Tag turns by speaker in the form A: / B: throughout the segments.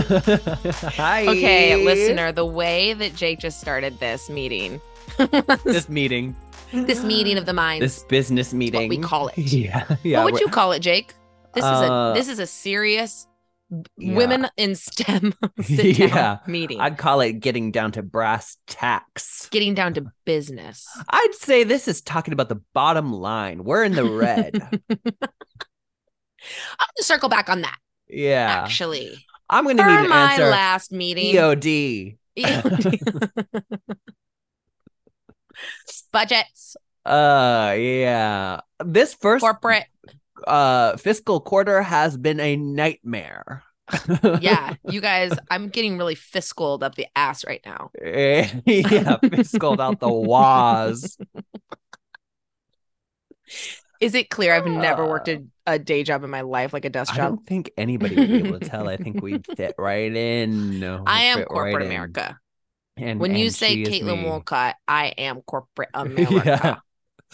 A: Hi.
B: Okay, listener, the way that Jake just started this meeting,
A: This meeting,
B: this meeting of the minds,
A: this business
B: what
A: meeting.
B: we call it.
A: Yeah, yeah.
B: what would
A: we're-
B: you call it, Jake? This
A: Uh,
B: is a this is a serious
A: yeah.
B: women in STEM sit down
A: Yeah.
B: meeting.
A: I'd call it getting down to brass tacks.
B: Getting down to business.
A: I'd say this is talking about the bottom line. We're in the red.
B: I'm gonna circle back on that.
A: yeah.
B: Actually,
A: I'm going
B: for
A: to need an
B: my
A: answer.
B: last meeting,
A: EOD.
B: budgets,
A: Uh, yeah. This first
B: corporate,
A: uh fiscal quarter has been a nightmare.
B: yeah, you guys, I'm getting really fiscaled up the ass right now.
A: Eh, yeah, fiscal out the waz.
B: Is it clear? I've never
A: Uh,
B: worked a, a day job in my life, like a desk
A: I
B: job.
A: don't think anybody would be able to tell. I think we fit right in.
B: I am
A: Fit right
B: corporate
A: in.
B: America.
A: And
B: when you
A: and
B: say
A: she is
B: Caitlin
A: me.
B: Wolcott, I am corporate America.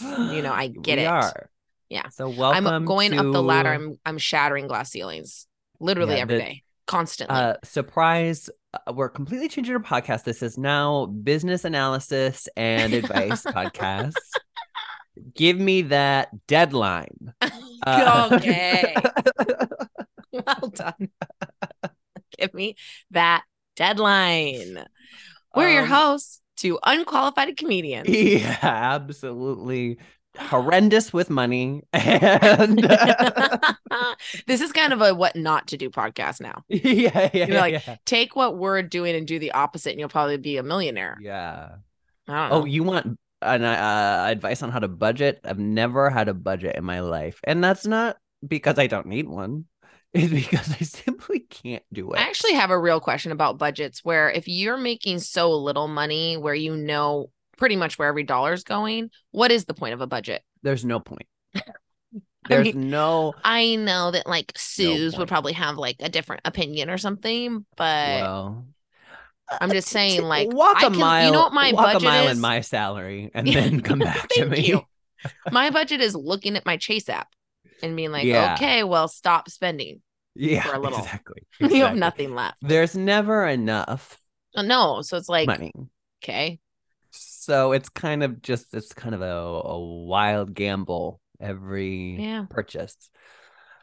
B: "Oh, You know, I get
A: We
B: it.
A: are.
B: Yeah.
A: So welcome.
B: I'm going up the ladder.
A: to,
B: I'm I'm shattering glass ceilings, literally
A: Yeah,
B: every
A: the-
B: day, constantly.
A: Uh, surprise. Uh, we're completely changing our podcast. This is now business analysis and advice podcast. Give me that deadline. uh,
B: okay. well done. Give me that deadline. We're your
A: Um,
B: hosts to unqualified comedians.
A: Yeah, absolutely horrendous with money. And uh,
B: this is kind of a what not to do podcast now.
A: yeah, yeah,
B: You're like,
A: yeah.
B: Take what we're doing and do the opposite, and you'll probably be a millionaire.
A: yeah.
B: I don't
A: Oh,
B: know.
A: you want an uh, advice on how to budget? I've never had a budget in my life, and that's not because I don't need one. It's because I simply can't do it.
B: I actually have a real question about budgets where if you're making so little money where you know pretty much where every dollar is going, what is the point of a budget?
A: there's no point. There's no.
B: I know that like Suze would
A: point.
B: probably have like a different opinion or something, but
A: Well,
B: I'm just uh,
A: t-
B: saying, like,
A: walk
B: I
A: a
B: can- you
A: mile.
B: know what my
A: walk
B: budget
A: a mile
B: is?
A: in my salary, and then come back to
B: Thank
A: me.
B: you. my budget is looking at my Chase app and being like,
A: Yeah.
B: okay, well, stop spending.
A: Yeah,
B: For a little.
A: exactly.
B: You have
A: exactly.
B: nothing left.
A: There's never enough
B: Uh, No. So it's like,
A: money.
B: okay.
A: So it's kind of just it's kind of a, a wild gamble every
B: Yeah.
A: purchase.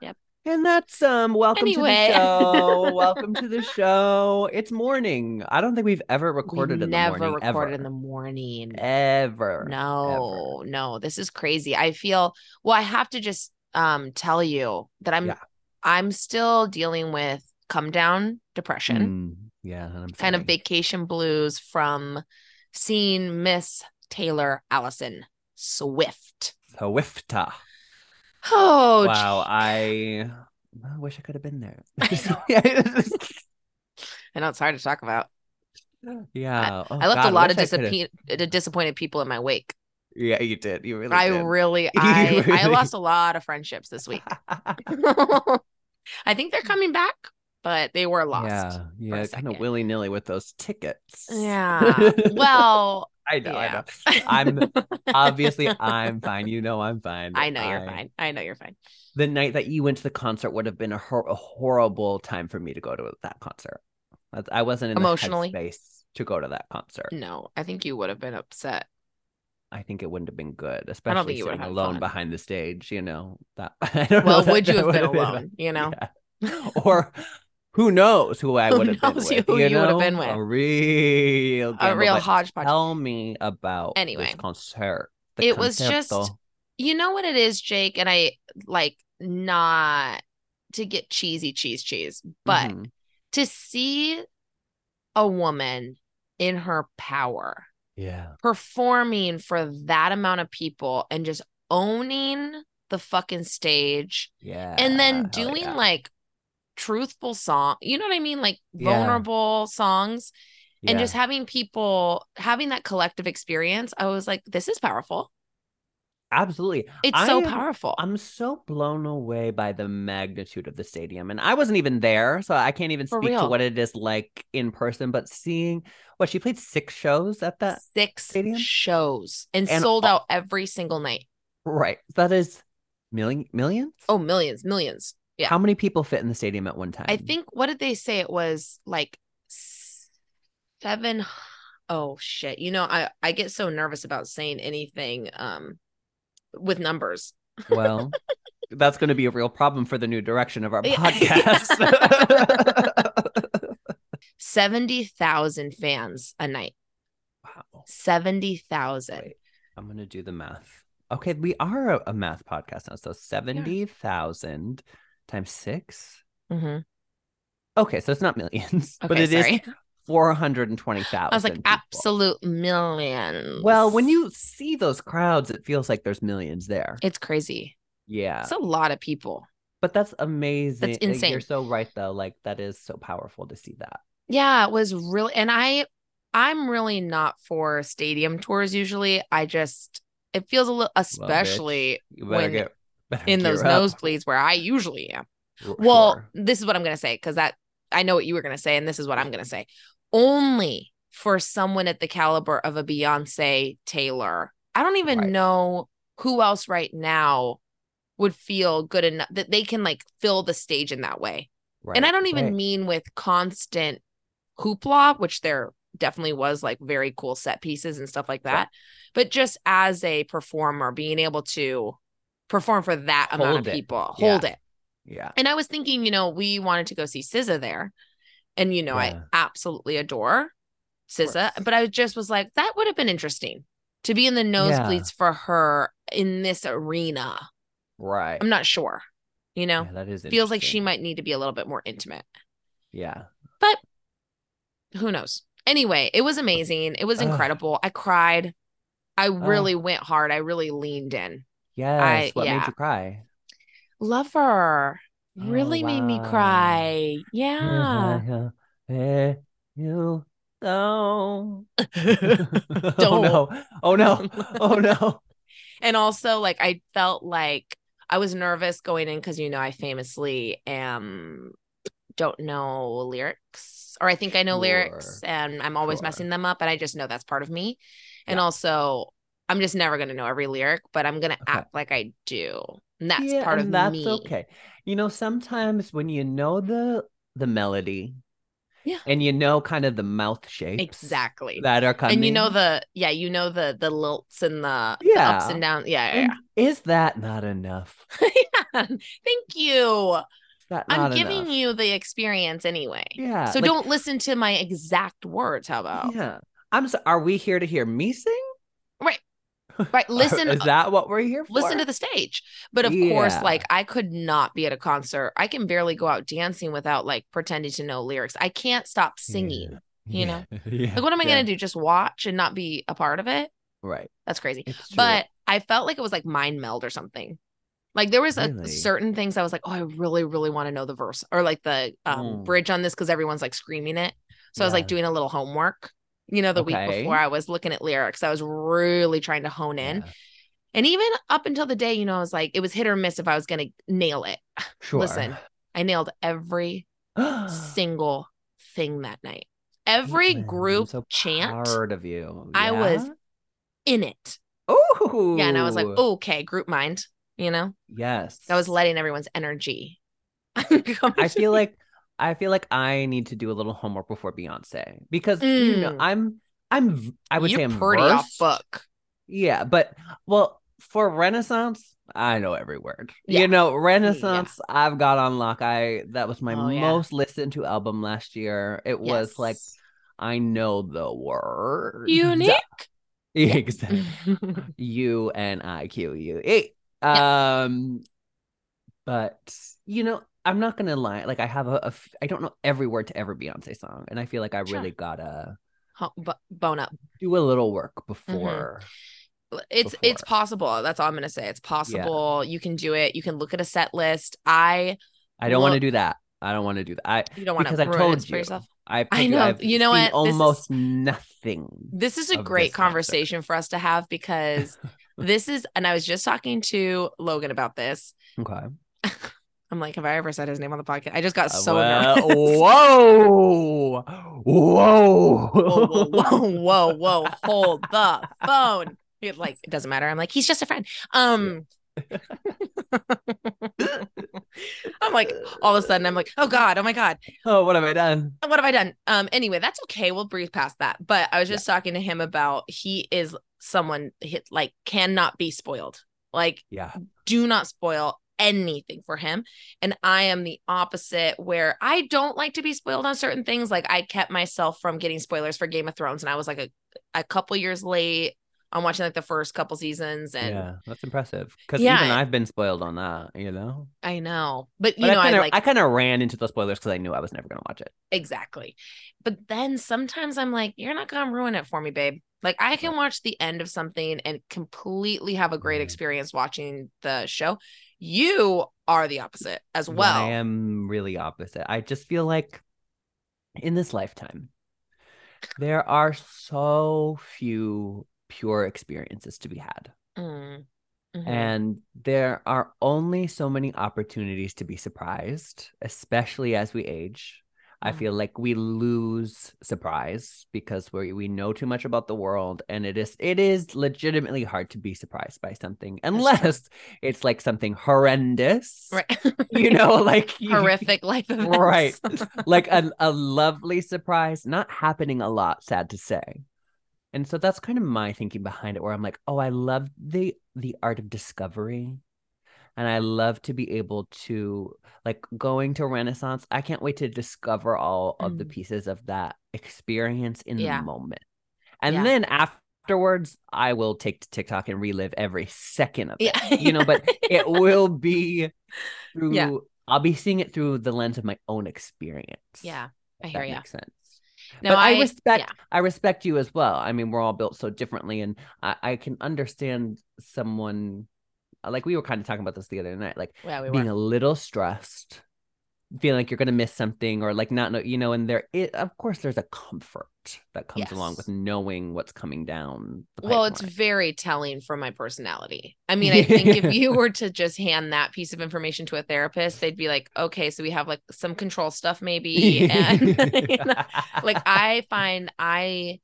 B: Yep.
A: And that's um welcome
B: Anyway.
A: to the show. welcome to the show. It's morning. I don't think we've ever recorded
B: We've
A: in
B: never
A: the morning.
B: recorded
A: ever.
B: in the morning.
A: Ever.
B: No, no, this is crazy. I feel well, I have to just um tell you that I'm
A: Yeah.
B: I'm still dealing with come down depression,
A: Mm, yeah. and I'm
B: kind of
A: sorry.
B: vacation blues from seeing Miss Taylor Allison Swift.
A: Swifta.
B: Oh,
A: wow.
B: gee.
A: I I wish I could have been there.
B: I know it's hard to talk about.
A: yeah. Oh,
B: I left
A: God,
B: a lot of
A: wish I coulda-
B: disappoint disappointed people in my wake.
A: Yeah, you did. You really
B: I
A: did.
B: really,
A: You
B: I, I
A: really-
B: lost a lot of friendships this week. I think they're coming back, but they were lost.
A: Yeah, yeah, kind
B: second.
A: of willy nilly with those tickets.
B: Yeah. Well,
A: I know,
B: yeah.
A: I know. I'm obviously I'm fine. You know, I'm fine.
B: I know you're
A: I-
B: fine. I know you're fine.
A: The night that you went to the concert would have been a, hor- a horrible time for me to go to that concert. That's- I wasn't in
B: Emotionally? Mm.
A: the headspace to go to that concert.
B: No, I think you would have been upset.
A: I think it wouldn't have been good,
B: don't
A: especially
B: think you would
A: sitting
B: have had
A: alone
B: fun.
A: behind the stage. You know that. I don't know
B: Well,
A: that
B: would you
A: that
B: have been
A: would
B: alone? you know,
A: Yeah. or who knows who I
B: Who
A: would have been
B: knows
A: with?
B: who you would've
A: know?
B: been with?
A: A real
B: a
A: gamble,
B: real
A: but
B: hodgepodge.
A: Tell me about this
B: Anyway,
A: concert.
B: it was just-
A: concerto.
B: you know what it is, Jake, and I like not to get cheesy cheese cheese, but
A: Mhm.
B: to see a woman in her power
A: yeah,
B: performing for that amount of people and just owning the fucking stage
A: yeah,
B: and then
A: hell
B: doing
A: oh, yeah.
B: like truthful song you know what i mean like
A: Yeah.
B: vulnerable songs and
A: Yeah.
B: just having people having that collective experience i was like this is powerful
A: absolutely,
B: it's so
A: I am-
B: powerful
A: I'm so blown away by the magnitude of the stadium. And I wasn't even there, so I can't even
B: For
A: speak to
B: real.
A: what it is like in person. But seeing what she played six shows at that,
B: six
A: stadium?
B: shows and,
A: And
B: sold
A: all-
B: out every single night
A: right? That is million, millions.
B: oh millions millions Yeah.
A: How many people fit in the stadium at one time?
B: I think what did they say it was like s- seven oh shit. You know, I I get so nervous about saying anything um with numbers.
A: Well, that's going to be a real problem for the new direction of our
B: Yeah.
A: podcast.
B: 70,000 fans a night.
A: wow.
B: 70,000.
A: Wait, I'm going to do the math. Okay, we are a, a math podcast now. So 70,000 times six.
B: Mhm.
A: Okay, so it's not millions,
B: Okay,
A: but it is
B: sorry.
A: 420,000.
B: I was like
A: people.
B: absolute millions.
A: Well, when you see those crowds, it feels like there's millions there.
B: it's crazy.
A: yeah.
B: It's a lot of people.
A: But that's amazing. Like, You're
B: insane.
A: so right though. Like that is so powerful to see that.
B: Yeah, it was really and I I'm really not for stadium tours usually. I just it feels a little especially
A: You better
B: when-
A: get better
B: in those
A: gear up.
B: nosebleeds where I usually am.
A: Sure.
B: Well, this is what I'm going to say because that I know what you were going to say, and this is what I'm going to say. Only for someone at the caliber of a Beyonce Taylor. I don't even
A: Right.
B: know who else right now would feel good enough that they can like fill the stage in that way. and I
A: Right,
B: don't even
A: right.
B: mean with constant hoopla, which there definitely was like very cool set pieces and stuff like
A: Sure.
B: that, but just as a performer, being able to perform for that amount
A: Hold
B: of
A: it.
B: people,
A: Yeah.
B: hold it.
A: Yeah.
B: And I was thinking, you know, we wanted to go see SZA there, and you know,
A: Yeah.
B: I absolutely adore SZA,
A: course.
B: but I just was like, that would have been interesting to be in the nosebleeds for her in this arena.
A: Right.
B: I'm not sure, you know,
A: Yeah, that is
B: feels like she
A: interesting.
B: might need to be a little bit more intimate.
A: Yeah.
B: Who knows? Anyway, it was amazing. It was
A: Ugh.
B: incredible. I cried. I really went hard. I really leaned in.
A: Yes. what made
B: yeah.
A: you cry?
B: Lover
A: Oh,
B: really made me
A: wow. Mm-hmm.
B: cry. Yeah.
A: Eh, you don't. Oh no. Oh no. Oh no.
B: and also like i felt like i was nervous going in because you know i famously am don't know lyrics or i think i know lyrics
A: Sure.
B: and i'm always
A: Sure.
B: messing them up and i just know that's part of me and
A: Yeah.
B: also i'm just never going to know every lyric but i'm going to
A: Okay.
B: act like i do and that's
A: Yeah,
B: part
A: and
B: of
A: that's
B: me
A: okay. You know, sometimes when you know the the melody,
B: Yeah.
A: and you know kind of the mouth shapes
B: exactly
A: that are coming,
B: and you know the yeah you know the the lilts and the, the ups
A: Yeah.
B: and downs yeah yeah,
A: And is that not enough?
B: yeah. thank you
A: Is that
B: I'm
A: not
B: giving
A: enough?
B: you the experience anyway.
A: yeah.
B: So
A: like,
B: don't Oh. listen to my exact words. How about
A: Yeah, I'm. So, are we here to hear me sing?
B: right?
A: Or
B: Listen,
A: Oh, is that what we're here for?
B: listen to the stage. But of course,
A: Yeah.
B: like I could not be at a concert. I can barely go out dancing without like pretending to know lyrics. I can't stop singing. you know?
A: yeah.
B: Like, what am I gonna do? Just watch and not be a part of it?
A: Right.
B: That's crazy.
A: It's true.
B: But I felt like it was like mind meld or something. Like there was a,
A: Really?
B: certain things I was like, oh, I really, really want to know the verse or like the um,
A: Mm.
B: bridge on this because everyone's like screaming it. So I was
A: Yeah.
B: like doing a little homework. You know, the week
A: Okay.
B: before I was looking at lyrics, I was really trying to hone in.
A: Yeah.
B: And even up until the day, you know, I was like, it was hit or miss if I was going to nail it.
A: Sure.
B: Listen, I nailed every single thing that night. Every
A: Caitlin, I'm
B: group
A: so
B: chant
A: Proud of you.
B: I was- in it.
A: Oh.
B: Yeah. And I was like, okay, group mind, you know?
A: Yes.
B: I was letting everyone's energy. I
A: I feel like I feel like I need to do a little homework before Beyonce because you know
B: Mm.
A: I'm I'm v- I would
B: you're
A: say I'm
B: pretty off
A: versed.
B: book.
A: Yeah, but well for Renaissance, I know every word.
B: Yeah.
A: You know, Renaissance, I've got on lock. I that was my
B: Oh, yeah.
A: most listened to album last year. It was like
B: Yes.
A: I know the words.
B: unique.
A: Exactly. U N I Q U E. Um, but you know, I'm not gonna lie. Like, I have a, a f- I don't know every word to every Beyonce song, and I feel like I
B: Sure.
A: really gotta
B: Ho- bo- bone up.
A: do a little work
B: Mm-hmm.
A: before.
B: It's it's
A: Before.
B: possible. That's all I'm gonna say. It's possible. You can do it. You can look at a set list. I
A: I don't want to
B: Well-
A: do that. I don't want to do that. I
B: you don't want to
A: because I
B: ruin
A: told
B: it for
A: you.
B: yourself.
A: I,
B: I
A: told you
B: know.
A: I've
B: You know
A: seen
B: what? This is-
A: Almost nothing.
B: This is a
A: of
B: great
A: this concert.
B: conversation for us to have because this is and I was just talking to Logan about this.
A: Okay.
B: I'm like, have I ever said his name on the podcast? I just got
A: Uh,
B: so
A: well,
B: nervous.
A: whoa, whoa,
B: whoa, whoa, whoa, whoa, whoa, hold the phone. It, like it doesn't matter. I'm like, he's just a friend. Um I'm like, all of a sudden, I'm like, oh God, oh my God,
A: Oh, what have I done?
B: what have I done? Um, anyway, that's okay. We'll breathe past that. But I was just talking to him about he is someone hit like cannot be spoiled. Like,
A: Yeah.
B: do not spoil anything for him. And I am the opposite where I don't like to be spoiled on certain things. Like I kept myself from getting spoilers for Game of Thrones and I was like a, a couple years late on watching like the first couple seasons. And
A: yeah. That's impressive. Because
B: Yeah.
A: even I've been spoiled on that, you know?
B: I know. But you
A: But
B: know,
A: I
B: I,
A: kind of
B: like
A: I kind of ran into the spoilers because I knew I was never gonna watch it.
B: Exactly. But then sometimes I'm like, you're not going to ruin it for me, babe. Like I can watch the end of something and completely have a great
A: Mhm.
B: experience watching the show. You are the opposite as
A: Yeah,
B: well.
A: I am really opposite. I just feel like in this lifetime, there are so few pure experiences to be had.
B: Mm. Mhm.
A: And there are only so many opportunities to be surprised, especially as we age. I
B: Mhm.
A: feel like we lose surprise because we we know too much about the world and it is it is legitimately hard to be surprised by something
B: true.
A: unless it's like something horrendous.
B: right.
A: You know, like you-
B: horrific life events.
A: Right. like a, a lovely surprise, not happening a lot, sad to say. And so that's kind of my thinking behind it, where I'm like, oh, I love the the art of discovery. And I love to be able to like going to Renaissance. I can't wait to discover all of the
B: Mm.
A: pieces of that experience in
B: Yeah.
A: the moment. And
B: Yeah.
A: then afterwards, I will take to TikTok and relive every second of it
B: Yeah.
A: you know, but it will be through
B: Yeah.
A: I'll be seeing it through the lens of my own experience.
B: yeah. I
A: If
B: hear
A: that
B: you.
A: makes sense.
B: No,
A: but I,
B: I,
A: respect
B: yeah.
A: I respect you as well. I mean, we're all built so differently and I, I can understand someone uh, like we were kind of talking about this the other night, like
B: Yeah, we
A: being
B: were.
A: a little stressed, feeling like you're gonna miss something or like not know, you know, and there it of course there's a comfort that comes along with
B: Yes.
A: knowing what's coming down the
B: Well, it's
A: pipeline.
B: very telling for my personality. I mean, I think if you were to just hand that piece of information to a therapist, they'd be like, okay, so we have like some control stuff maybe. And you know, like I find I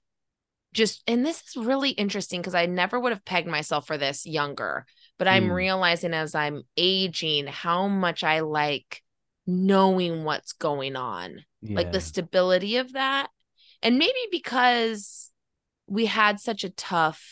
B: just and this is really interesting because I never would have pegged myself for this younger, but I'm
A: Mm.
B: realizing as I'm aging how much I like knowing what's going on like the
A: Yeah.
B: stability of that and maybe because we had such a tough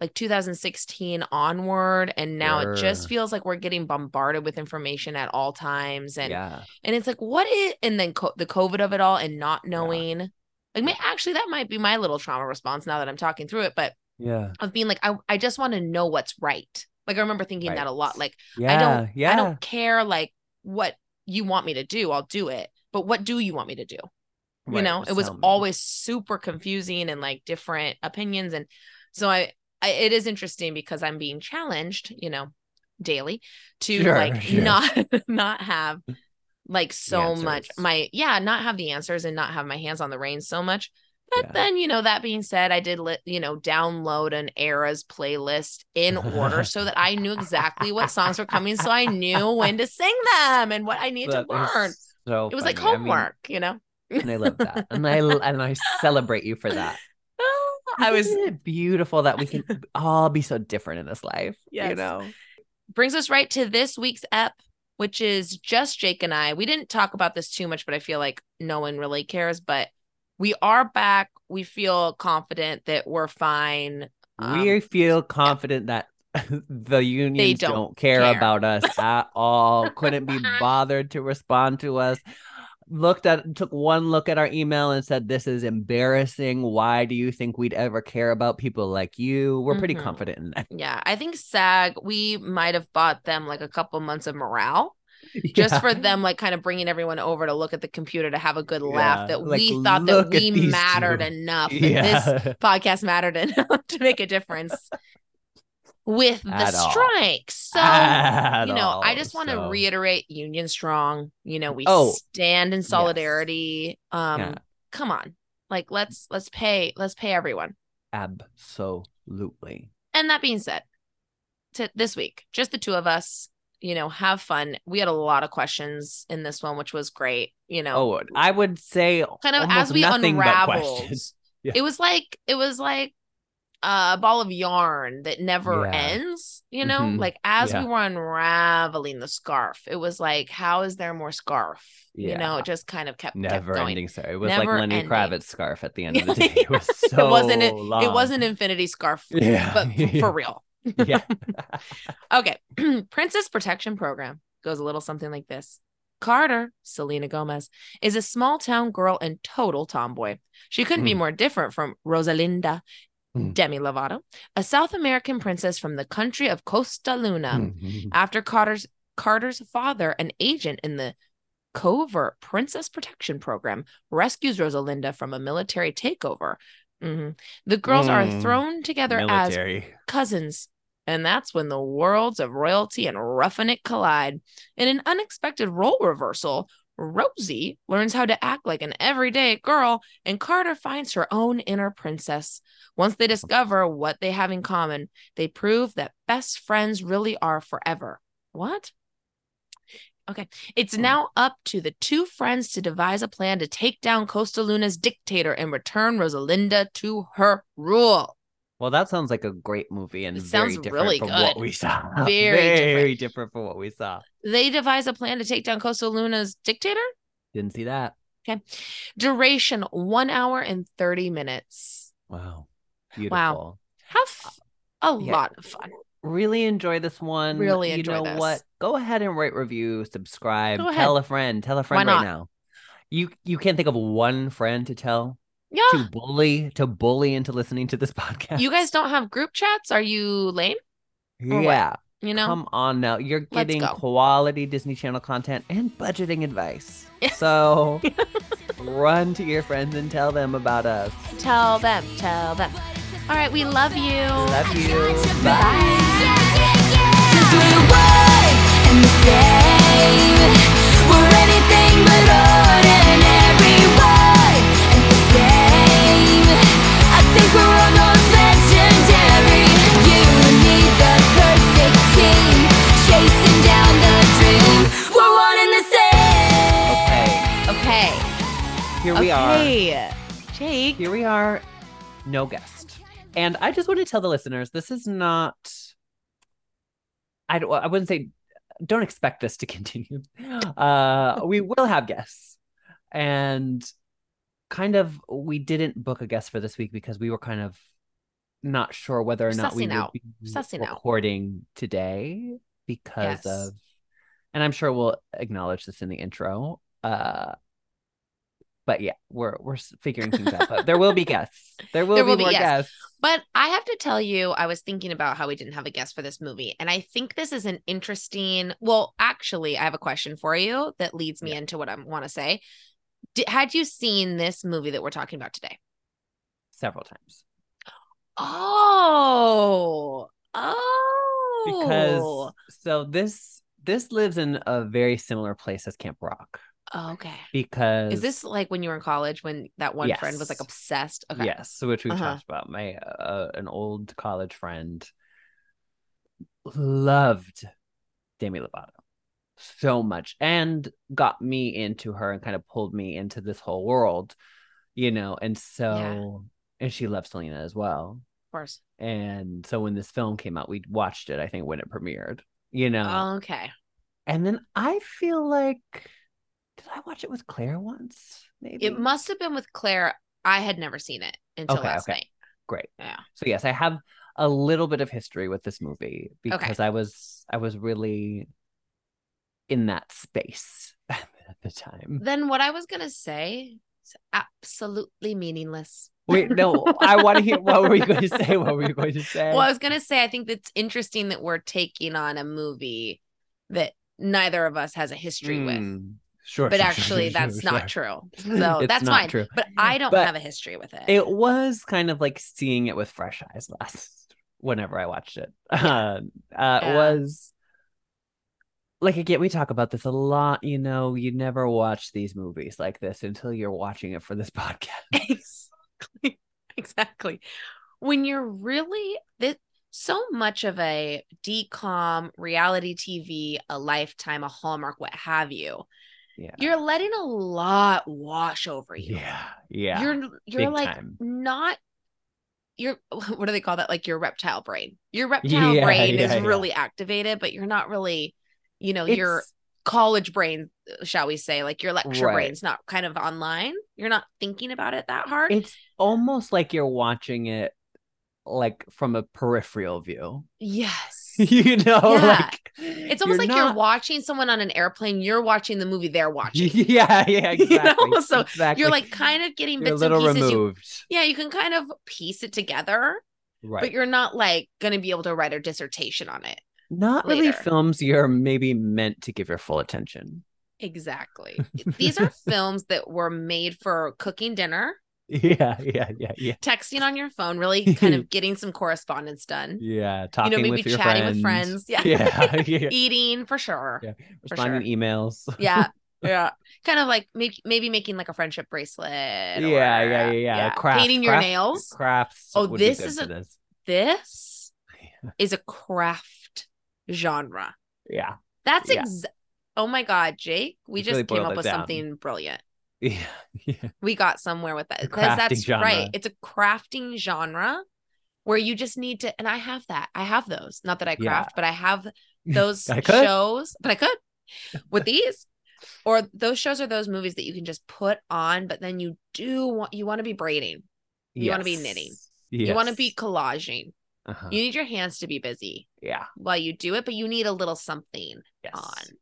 B: like 2016 onward and now it just
A: Sure.
B: feels like we're getting bombarded with information at all times and
A: yeah.
B: and it's like what is and then co- the covid of it all and not knowing like may, actually that might be my little trauma response now that i'm talking through it but
A: Yeah.
B: of being like i, I just want to know what's right like i remember thinking that a lot
A: Right.
B: like
A: Yeah. yeah.
B: i don't care like what you want me to do i'll do it but what do you want me to do you
A: Right,
B: know
A: just
B: it was
A: tell me.
B: always super confusing and like different opinions and so I, I it is interesting because i'm being challenged you know daily to
A: Sure,
B: like
A: sure.
B: not not have like so much
A: answers.
B: my yeah not have the answers and not have my hands on the reins so much but
A: Yeah.
B: then you know that being said i did li- you know download an era's playlist in order so that i knew exactly what songs were coming so i knew when to sing them and what i needed to
A: That is
B: learn
A: so
B: it was like
A: funny. I mean,
B: homework you know
A: and I love that. And I and I celebrate you for that.
B: I was
A: Isn't it beautiful that we can all be so different in this life. You
B: Yes.
A: know?
B: brings us right to this week's ep, which is just Jake and I. We didn't talk about this too much, but I feel like no one really cares. But we are back. We feel confident that we're fine. Um,
A: we feel confident that the unions
B: don't
A: don't, care,
B: care.
A: about us at all. Couldn't be bothered to respond to us. Looked at took one look at our email and said, This is embarrassing. Why do you think we'd ever care about people like you? We're pretty
B: Mhm.
A: confident in that.
B: yeah, I think SAG. We might have bought them like a couple months of morale just
A: Yeah.
B: for them, like kind of bringing everyone over to look at the computer to have a good laugh.
A: Yeah,
B: That
A: like,
B: we thought that
A: look at
B: we
A: these
B: mattered
A: two.
B: enough. that this
A: Yeah.
B: podcast mattered enough to make a difference with the
A: At all.
B: strikes. So
A: At
B: you know, I
A: all,
B: just want to
A: so-
B: reiterate union strong. You know, we
A: Oh,
B: stand in solidarity. Um
A: Yeah.
B: come on. Like let's let's pay let's pay everyone.
A: Absolutely.
B: And that being said, to this week, just the two of us, you know, have fun. We had a lot of questions in this one, which was great, you know.
A: Oh, I would say
B: kind of
A: almost
B: as we
A: nothing but
B: unraveled.
A: questions. Yeah.
B: It was like it was like a ball of yarn that never
A: Yeah.
B: ends, you know?
A: Mhm.
B: Like as
A: Yeah.
B: we were unraveling the scarf, it was like, how is there more scarf? You know,
A: Yeah.
B: it just kind of kept, kept
A: Never
B: going.
A: ending story. It was
B: Never
A: like Lenny
B: ending.
A: Kravitz scarf at the end of the day. It was so
B: It wasn't e-, it,
A: long.
B: it wasn't infinity scarf,
A: Yeah.
B: but f- for real.
A: yeah.
B: Okay. Princess Protection Program goes a little something like this. Carter, Selena Gomez, is a small town girl and total tomboy. She couldn't be
A: Mm.
B: more different from Rosalinda
A: Mm.
B: Demi Lovato, a South American princess from the country of Costa Luna.
A: Hmm.
B: After Carter's Carter's father, an agent in the covert princess protection program, rescues Rosalinda from a military takeover. Mhm. The girls
A: Mm.
B: are thrown together as
A: Military.
B: cousins. And that's when the worlds of royalty and roughing it collide. In an unexpected role reversal, Rosie learns how to act like an everyday girl, and Carter finds her own inner princess. Once they discover what they have in common, they prove that best friends really are forever. What? Okay. It's now up to the two friends to devise a plan to take down Costa Luna's dictator and return Rosalinda to her rule.
A: Well, that sounds like a great movie and
B: It
A: very
B: sounds
A: different
B: really
A: from
B: good.
A: what we saw.
B: Very different.
A: Very different from what we saw.
B: they devise a plan to take down Costa Luna's dictator.
A: Didn't see that.
B: Duration one hour and 30 minutes.
A: Wow. Beautiful.
B: Wow. Have f- a
A: Yeah.
B: lot of fun.
A: Really enjoy this one.
B: Really
A: you
B: enjoy
A: know
B: this.
A: what? Go ahead and rate, review, subscribe,
B: Go ahead.
A: tell a friend, tell a friend
B: Why
A: right
B: not?
A: now. You you can't think of one friend to tell
B: Yeah.
A: to bully to bully into listening to this podcast.
B: You guys don't have group chats? Are you lame? or what?
A: yeah,
B: You know?
A: come on now. You're
B: Let's
A: getting
B: go.
A: quality Disney Channel content and budgeting advice. So run to your friends and tell them about us.
B: Tell them. Tell them. All right. We love you.
A: Love you. Bye.
C: Chasing down the dream, we're one and the same.
A: Okay,
B: Okay.
A: here we are.
B: okay. Jake.
A: Here we are. No guest. And I just want to tell the listeners this is not I don't I wouldn't say don't expect this to continue. Uh we will have guests. And kind of we didn't book a guest for this week because we were kind of not sure whether or not we
B: Sussing
A: would
B: out.
A: be
B: Sussing out.
A: recording today because
B: Yes.
A: of and I'm sure we'll acknowledge this in the intro. Uh but yeah, we're we're s- figuring things out. But there will be guests. There will,
B: There will
A: be,
B: be
A: more
B: guests.
A: guests.
B: But I have to tell you, I was thinking about how we didn't have a guest for this movie. And I think this is an interesting. Well, actually, I have a question for you that leads me into what I want to say. D- had you seen this movie that we're talking about today?
A: several times
B: Oh. Oh.
A: because so this this lives in a very similar place as Camp Rock
B: Oh, okay.
A: because
B: Is this like when you were in college when that one friend was like
A: Yes.
B: obsessed? Okay.
A: yes, which we've
B: Uh-huh.
A: talked about. My uh, an old college friend loved Demi Lovato so much and got me into her and kind of pulled me into this whole world, you know. And so and she loves Selena as well.
B: Of course.
A: And so when this film came out, we watched it, I think, when it premiered, you know.
B: okay.
A: and then I feel like, did I watch it with Claire once? Maybe.
B: It must have been with Claire. I had never seen it until
A: Okay,
B: last
A: okay.
B: night.
A: Great.
B: Yeah.
A: So, yes, I have a little bit of history with this movie because I was, I was really in that space at the time.
B: then what I was gonna say is absolutely meaninless.
A: Wait, no, I want to hear what were you going to say? What were you going to say?
B: Well, I was gonna say I think that's interesting that we're taking on a movie that neither of us has a history with,
A: Mm, Sure.
B: but
A: sure, sure,
B: actually
A: sure,
B: that's
A: sure,
B: not
A: sure.
B: true. So
A: It's
B: that's
A: not
B: fine.
A: true.
B: But I don't
A: But
B: have a history with it.
A: It was kind of like seeing it with fresh eyes last whenever I watched it. Um, uh,
B: Yeah.
A: It was like again, we talk about this a lot. You know, you never watch these movies like this until you're watching it for this podcast.
B: exactly. Exactly. When you're really this so much of a decom, reality TV, a lifetime, a hallmark, what have you,
A: Yeah,
B: you're letting a lot wash over you.
A: yeah, yeah.
B: You're you're
A: Big
B: like
A: time.
B: not your what do they call that? Like your reptile brain. Your reptile
A: Yeah,
B: brain
A: yeah,
B: is
A: yeah.
B: really activated, but you're not really, you know, your
A: It's-
B: college brain, shall we say, like your lecture
A: Right.
B: brain's not kind of online. You're not thinking about it that hard.
A: it's almost like you're watching it like from a peripheral view.
B: yes.
A: you know,
B: Yeah.
A: like
B: It's almost like you're
A: not-
B: watching someone on an airplane. You're watching the movie they're watching.
A: Yeah, yeah,
B: You know?
A: exactly.
B: So
A: exactly.
B: You're like kind of getting
A: You're a
B: bits
A: little
B: and pieces. You,
A: removed.
B: yeah, you can kind of piece it together,
A: right.
B: but you're not like going to be able to write a dissertation on it.
A: not really
B: later.
A: films you're maybe meant to give your full attention.
B: Exactly. These are films that were made for cooking dinner,
A: Yeah, yeah, yeah, yeah.
B: texting on your phone, really kind of getting some correspondence done,
A: Yeah. Talking
B: you know, maybe
A: with your
B: chatting
A: friends.
B: with friends. Yeah.
A: Yeah. yeah.
B: Eating for sure.
A: Yeah.
B: for
A: Responding emails.
B: Yeah. Yeah. Kind of like make, maybe making like a friendship bracelet.
A: Yeah, yeah, yeah, yeah. Craft,
B: Painting your
A: craft-
B: nails.
A: Crafts.
B: Oh,
A: would be
B: this
A: good
B: is
A: for
B: a-
A: this.
B: this is a craft genre.
A: Yeah.
B: That's
A: Yeah.
B: ex- oh my god, Jake, we
A: You've
B: just
A: really
B: came
A: boiled
B: up
A: it
B: with
A: down.
B: something brilliant.
A: Yeah. Yeah.
B: We got somewhere with that
A: A
B: 'Cause
A: crafting
B: that's
A: genre.
B: right. It's a crafting genre where you just need to, and I have that. I have those. Not that I
A: Yeah.
B: craft, but I have those
A: I could.
B: shows. But I could with these. Or those shows or those movies that you can just put on, but then you do want you want to be braiding, You wanna be knitting. you want to be collaging.
A: uh
B: You need your hands to be busy.
A: yeah.
B: while you do it, but you need a little something
A: Yes.
B: on.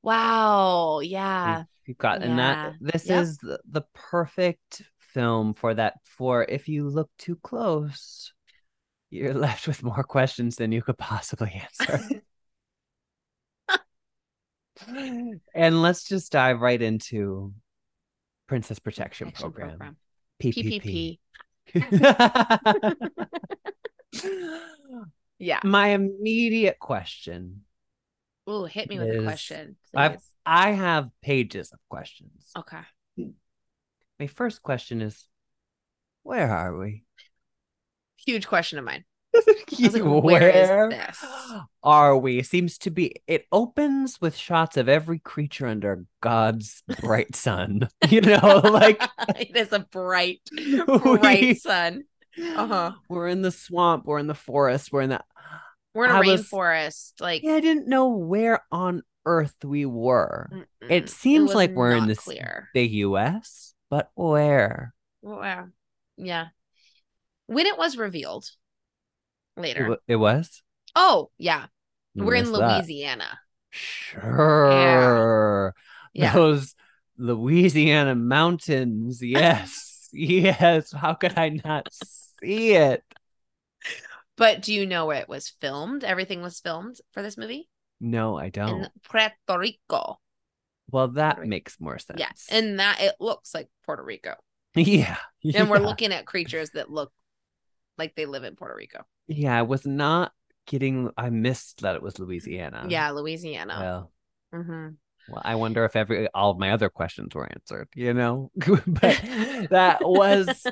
B: Wow. Yeah.
A: You've got and that this
B: Yep.
A: is the, the perfect film for that for if you look too close, you're left with more questions than you could possibly answer. and let's just dive right into Princess Protection,
B: Action
A: Program,
B: program.
A: PPP.
B: PPP. Yeah.
A: My immediate question.
B: Ooh, hit me with a
A: Is-
B: question.
A: I've-
B: please.
A: I have pages of questions.
B: Okay.
A: My first question is, where are we?
B: Huge question of mine.
A: You-
B: like, where is this?
A: are we? Seems to be. It opens with shots of every creature under God's bright sun. You know, Oh, like
B: it is a bright,
A: we-
B: bright sun. uh-huh.
A: We're in the swamp. We're in the forest. We're in the.
B: We're in a
A: I was-
B: rainforest. Like
A: Yeah, I didn't know where on earth we were.
B: mm-mm.
A: It seems
B: Mm-hmm. was
A: like we're in
B: not
A: this
B: clear.
A: the U.S., but where?
B: Wow. Yeah. When it was revealed
A: It,
B: later.
A: wa- it was.
B: oh, yeah.
A: You
B: We're in
A: missed that.
B: Louisiana.
A: Sure.
B: Yeah.
A: Those Louisiana mountains. Yes. yes. How could I not see it?
B: But do you know where it was filmed? Everything was filmed for this movie
A: No, I don't.
B: in Puerto Rico.
A: well, that
B: Right.
A: makes more sense.
B: Yeah, and that it looks like Puerto Rico,
A: yeah.
B: and we're
A: yeah.
B: looking at creatures that look like they live in Puerto Rico.
A: Yeah, I was not getting I missed that it was Louisiana.
B: yeah, Louisiana.
A: Well,
B: hmm
A: well, I wonder if every all of my other questions were answered, you know? but that was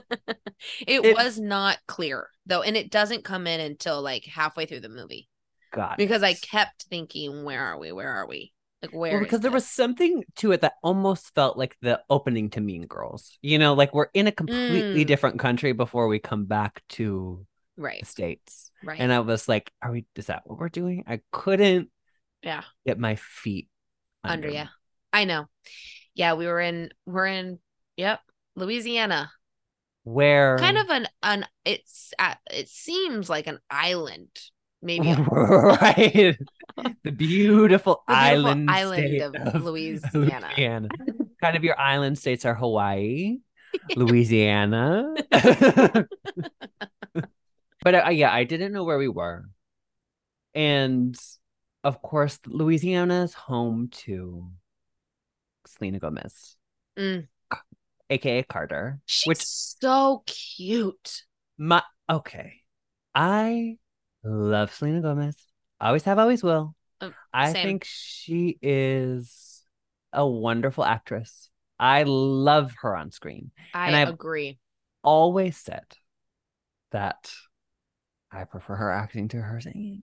B: it,
A: it-
B: was not clear though, and it doesn't come in until like halfway through the movie
A: God.
B: because I kept thinking, "Where are we? Where are we? Like where?"
A: Well,
B: is
A: because there was
B: this?
A: something to it that almost felt like the opening to Mean Girls. You know, like we're in a completely
B: Mm.
A: different country before we come back to the
B: right,
A: states.
B: right,
A: And I was like, "Are we? Is that what we're doing?" I couldn't
B: yeah.
A: get my feet
B: under
A: under,
B: yeah i know yeah we were in we're in yep louisiana
A: where
B: kind of an an it's uh, it seems like an island
A: Oh,
B: maybe a
A: right the beautiful
B: the beautiful
A: island
B: island
A: state
B: of Louisiana.
A: Louisiana. kind of your island states are Hawaii, Louisiana. but uh, yeah, I didn't know where we were, and of course, Louisiana is home to Selena Gomez,
B: Mm.
A: aka Carter.
B: she's
A: Which-
B: so cute
A: My okay, I love Selena Gomez. Always have, always will.
B: Um,
A: I
B: same.
A: think she is a wonderful actress. I love her on screen.
B: i
A: And I've-
B: agree
A: Always said that I prefer her acting to her singing.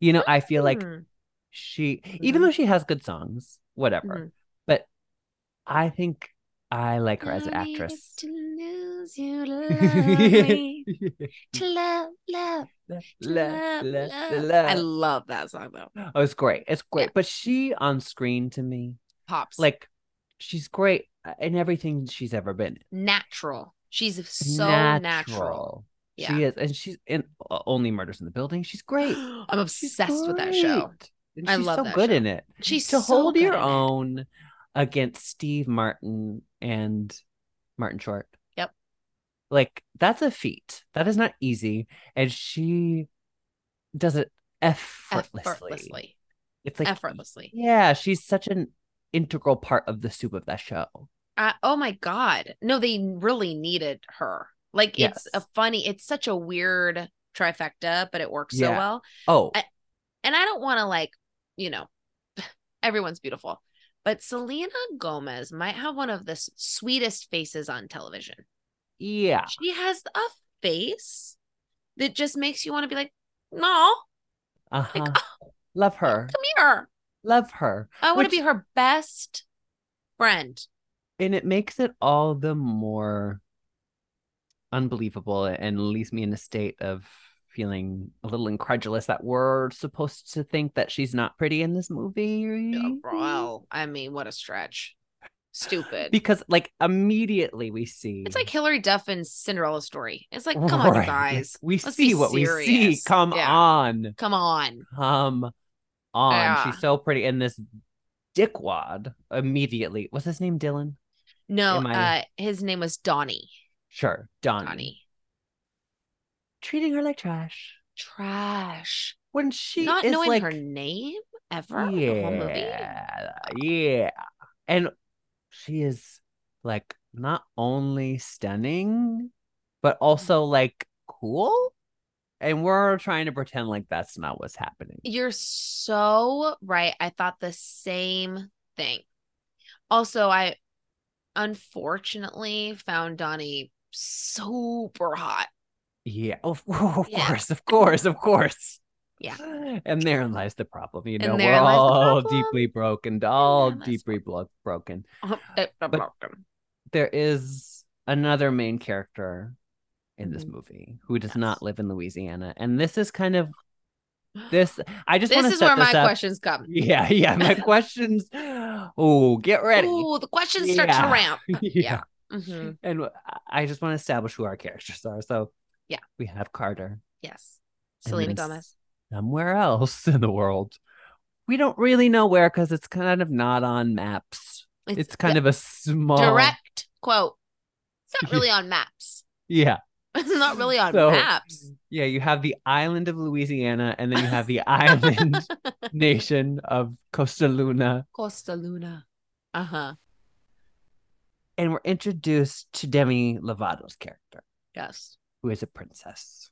A: You know, I feel like
B: Mm,
A: she, even
B: Mhm.
A: though she has good songs, whatever,
B: mhm.
A: but I think I like her as an
B: I needed
A: actress.
B: to lose you, love me. way to love, love, to
A: La,
B: love,
A: la,
B: love.
A: la.
B: I love that song though.
A: Oh, it's great. It's great.
B: Yeah.
A: But she on screen to me,
B: Pops
A: like she's great uh, in everything she's ever been. in.
B: natural. She's so natural. Yeah.
A: She is, and she's in uh, only murders in the building. She's great.
B: I'm
A: She's
B: obsessed with that show.
A: great. And
B: I
A: she's
B: love
A: so
B: that
A: good
B: show.
A: in it.
B: She's
A: to
B: so
A: hold
B: good
A: your
B: in it.
A: own against Steve Martin and Martin Short.
B: Yep.
A: Like that's a feat. That is not easy, and she does it effortlessly.
B: effortlessly.
A: It's like
B: effortlessly.
A: yeah, she's such an integral part of the soup of that show.
B: Uh, oh my god. No, they really needed her. Like it's a
A: Yes.
B: funny, it's such a weird trifecta, but it works so
A: Yeah.
B: well.
A: Oh,
B: I- and I don't want to like, you know, everyone's beautiful, but Selena Gomez might have one of the s- sweetest faces on television.
A: yeah.
B: She has a face that just makes you want to be like, no,
A: Uh-huh.
B: oh.
A: Love her.
B: come here.
A: Love her.
B: I want
A: Which-
B: to be her best friend.
A: And it makes it all the more unbelievable and leaves me in a state of feeling a little incredulous that we're supposed to think that she's not pretty in this movie.
B: Yeah, Well, I mean, what a stretch. Stupid.
A: Because like immediately we see
B: it's like Hillary Duff and Cinderella story. It's like, come on, you
A: Right.
B: guys.
A: We
B: Let's be
A: see what we see.
B: serious.
A: Come
B: Yeah.
A: on.
B: Come on.
A: Come on.
B: Yeah.
A: She's so pretty. And this dickwad immediately. What's his name, Dylan?
B: No,
A: Am I-
B: uh, his name was Donnie.
A: Sure. Donnie.
B: Donnie.
A: Treating her like trash.
B: Trash.
A: When she
B: Not
A: is
B: knowing
A: like
B: her name ever in the whole movie.
A: Yeah. And she is like not only stunning, but
B: Mm-hmm.
A: also like cool. And we're trying to pretend like that's not what's happening.
B: You're so right. I thought the same thing. Also, I unfortunately found Donnie super hot.
A: Yeah. Of, of
B: Yeah.
A: course. Of course. Of course.
B: Yeah.
A: And therein lies the problem. You
B: And
A: know, we're
B: therein lies the
A: all
B: problem.
A: deeply broken, all
B: lies the
A: deeply blo- broken.
B: but,
A: There is another main character in this movie who does
B: Mm-hmm. Yes.
A: not live in Louisiana. And this is kind of this I just
B: this
A: want to
B: is
A: set
B: where my
A: this up.
B: questions come.
A: Yeah, yeah. My questions. Oh, get ready.
B: Ooh, the questions start to
A: Yeah.
B: ramp.
A: yeah.
B: Mhm.
A: And I- I just want to establish who our characters are. So
B: Yeah.
A: we have Carter.
B: Yes.
A: And
B: Selena
A: then
B: Gomez.
A: somewhere else in the world. We don't really know where because it's kind of not on maps. It's, kind of a small
B: direct quote. It's not
A: Yeah.
B: really on maps.
A: Yeah.
B: It's not really on
A: So-
B: maps.
A: Yeah. You have the island of Louisiana and then you have the island nation of Costa Luna.
B: Costa Luna. Uh huh.
A: And we're introduced to Demi Lovato's character,
B: Yes.
A: who is a princess.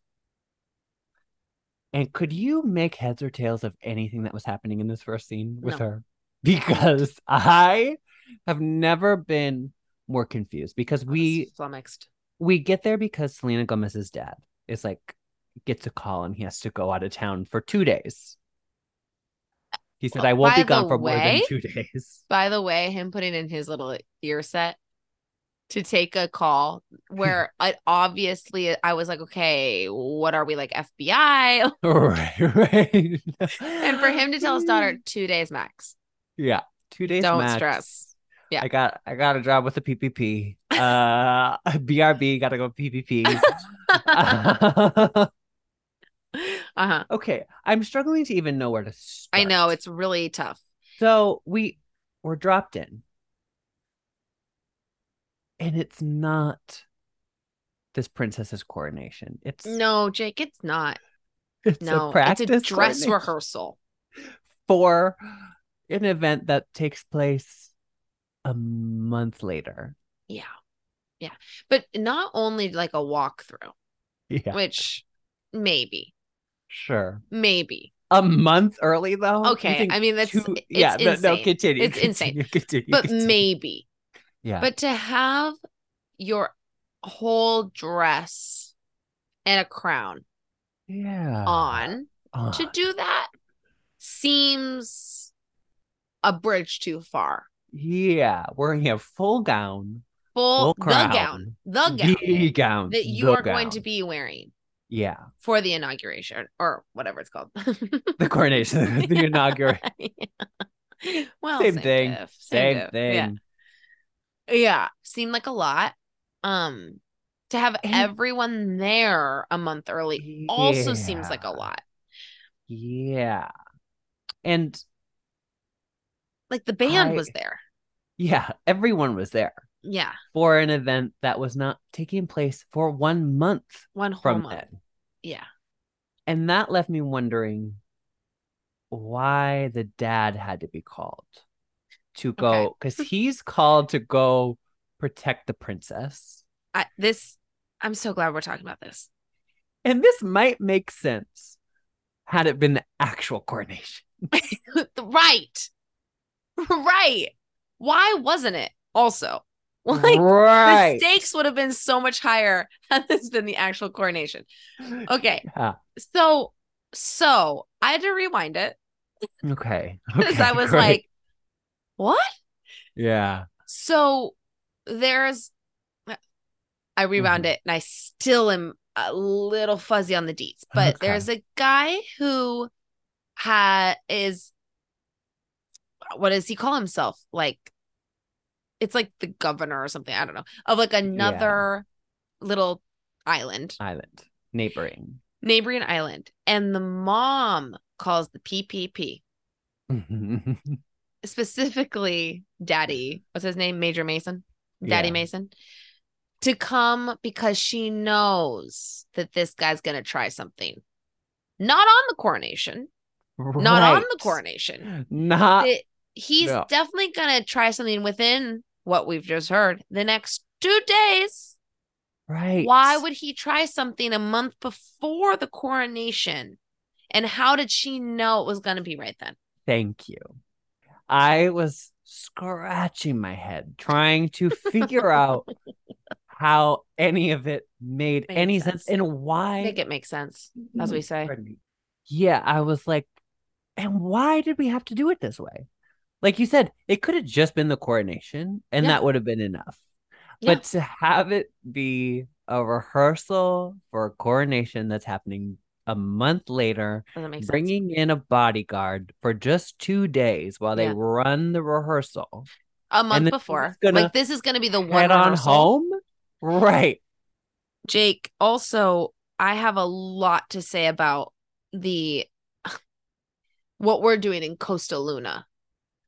A: And could you make heads or tails of anything that was happening in this first scene with
B: No.
A: her? Because I have never been more confused because
B: I was
A: we
B: flummoxed.
A: we get there because Selena Gomez's dad is like gets a call and he has to go out of town for two days. He said,
B: Well,
A: "I won't be
B: by the
A: gone for more
B: way-
A: than two days."
B: By the way, him putting in his little ear set to take a call where I obviously I was like, okay, what are we like FBI?
A: right, right.
B: And for him to tell his daughter two days max.
A: yeah, two days.
B: Don't
A: max.
B: stress. Yeah.
A: I got I got a job with the PPP. Uh, BRB, gotta go PPP.
B: uh-huh.
A: okay, I'm struggling to even know where to start.
B: I know it's really tough.
A: So we were dropped in. And it's not this princess's coronation. It's
B: No, Jake, it's not.
A: it's
B: No,
A: a
B: it's
A: practice
B: a dress
A: coronation
B: rehearsal.
A: for an event that takes place a month later.
B: Yeah. Yeah. But not only like a walkthrough,
A: Yeah,
B: which maybe,
A: sure.
B: maybe.
A: A month early though. You
B: Okay.
A: think
B: I mean, that's
A: two-
B: it's
A: yeah, no,
B: insane.
A: no, continue.
B: It's insane.
A: continue, continue,
B: but
A: continue.
B: maybe.
A: yeah.
B: But to have your whole dress and a crown
A: yeah.
B: on to
A: on.
B: do that seems a bridge too far.
A: Yeah. Wearing a full gown.
B: full the
A: crown.
B: gown, the gown
A: The gown.
B: that you
A: the
B: are going to
A: gown.
B: be wearing
A: Yeah.
B: for the inauguration or whatever it's called.
A: The coronation, the inaugural.
B: well,
A: Same
B: same,
A: thing,
B: diff,
A: Same
B: diff,
A: thing.
B: Yeah. yeah, seemed like a lot. Um, to have
A: And-
B: everyone there a month early also seems like a
A: Yeah.
B: lot.
A: Yeah. And
B: Like the band
A: I-
B: was there.
A: yeah, everyone was there
B: Yeah,
A: for an event that was not taking place for one month
B: one whole
A: from
B: month.
A: then.
B: Yeah,
A: And that left me wondering why the dad had to be called to go because he's called to go protect the princess.
B: I, this. I'm so glad we're talking about this.
A: And this might make sense had it been the actual coronation.
B: right, right. Why wasn't it? Also, like the
A: right.
B: stakes would have been so much higher had this been the actual coronation. Okay,
A: Yeah.
B: so so I had to rewind it
A: Okay.
B: because
A: Okay,
B: I was
A: great.
B: like, what?
A: yeah.
B: So there's, I rewound it and I still am a little fuzzy on the deets, but
A: Okay.
B: there's a guy who ha is, what does he call himself? Like, it's like the governor or something. I don't know of like another little island,
A: Island neighboring.
B: neighboring island, and the mom calls the PPP specifically Daddy. What's his name? Major Mason. Daddy
A: Yeah.
B: Mason to come because she knows that this guy's going to try something. Not on the coronation, not on the coronation.
A: Not
B: That he's
A: no.
B: definitely going to try something within what we've just heard the next two days.
A: right.
B: Why would he try something a month before the coronation? And how did she know it was going to be right then?
A: Thank you. I was scratching my head trying to figure out how any of it made
B: Made
A: any
B: sense.
A: sense. and why.
B: Make it make sense,
A: Mm-hmm.
B: as we say.
A: Pardon me. Yeah, I was like, and why did we have to do it this way? Like you said, it could have just been the coronation and
B: Yeah.
A: that would have been enough.
B: Yeah.
A: But to have it be a rehearsal for a coronation that's happening a month later,
B: Doesn't make sense.
A: bringing in a bodyguard for just two days while they
B: Yeah.
A: run the rehearsal,
B: a
A: then
B: month
A: he's
B: before.
A: gonna
B: like this is going to be the one
A: head on
B: rehearsal.
A: home, right?
B: Jake, also, I have a lot to say about the what we're doing in Costa Luna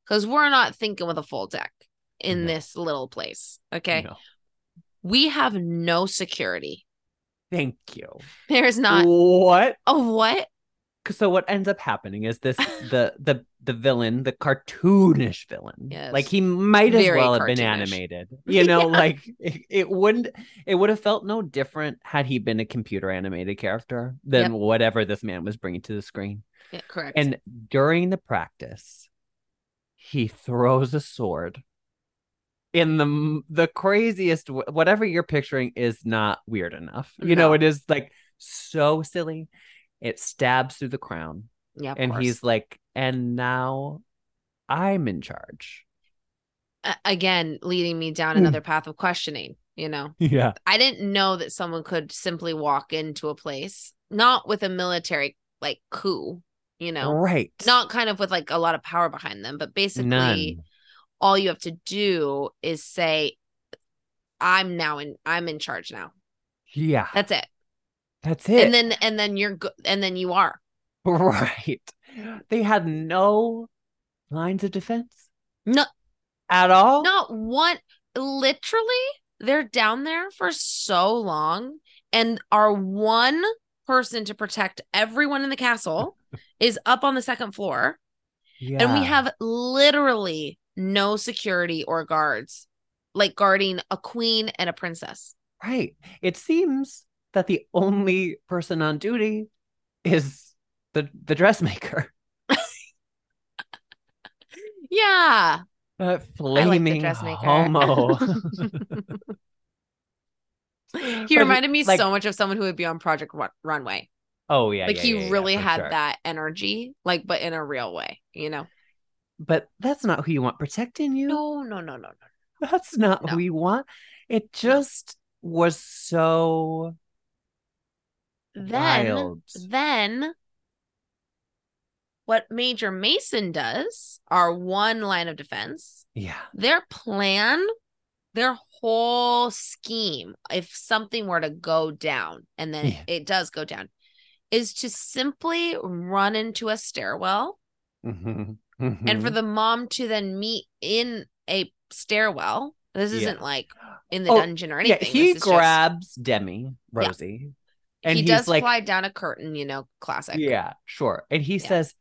B: because we're not thinking with a full deck in
A: No.
B: this little place. Okay,
A: No.
B: we have no security.
A: Thank you.
B: There's not.
A: what
B: Oh, what?
A: 'Cause so what ends up happening is this the the the villain the cartoonish villain like
B: Yes.
A: he might as
B: Very
A: well have been
B: cartoonish.
A: animated you know
B: Yeah.
A: like it, it wouldn't it would have felt no different had he been a computer animated character than whatever this man was bringing to the screen
B: Yeah, correct.
A: and during the practice he throws a sword in the m- the craziest w- whatever you're picturing is not weird enough you
B: No.
A: know it is like so silly it stabs through the crown
B: yeah, of
A: and
B: course.
A: he's like, and now I'm in charge.
B: A- again leading me
A: Hmm.
B: down another path of questioning. You know,
A: Yeah.
B: I didn't know that someone could simply walk into a place, not with a military like coup, you know,
A: Right.
B: not kind of with like a lot of power behind them, but basically
A: None.
B: all you have to do is say, "I'm now in, I'm in charge now."
A: Yeah.
B: That's it,
A: That's it.
B: and then and then you're go- and then you are
A: right. They had no lines of defense.
B: No.
A: At all.
B: not one. Literally, they're down there for so long, and our one person to protect everyone in the castle is up on the second floor.
A: Yeah.
B: and we have literally no security or guards like guarding a queen and a princess
A: right. It seems that the only person on duty is the the dressmaker.
B: yeah
A: Uh, flaming
B: dressmaker.
A: homo.
B: he reminded me
A: like-
B: so much of someone who would be on project Run- runway
A: oh yeah.
B: like
A: yeah,
B: he
A: yeah, yeah,
B: really
A: for
B: had
A: sure.
B: that energy like but in a real way you know
A: But that's not who you want protecting you.
B: no no no no no
A: That's not what
B: No.
A: we want. It just was so
B: Then
A: wild.
B: then what Major Mason does, our one line of defense,
A: Yeah.
B: their plan, their whole scheme, if something were to go down, and then
A: Yeah.
B: it does go down, is to simply run into a stairwell
A: Mhm.
B: and for
A: Mhm.
B: the mom to then meet in a stairwell. This
A: Yeah.
B: isn't like in the
A: Oh,
B: dungeon or
A: yeah,
B: anything.
A: he
B: This is just-
A: grabs Demi
B: Yeah.
A: Rosie, and
B: he
A: he's
B: does
A: like,
B: fly down a curtain, you know, classic.
A: yeah, sure, and he
B: Yeah.
A: says,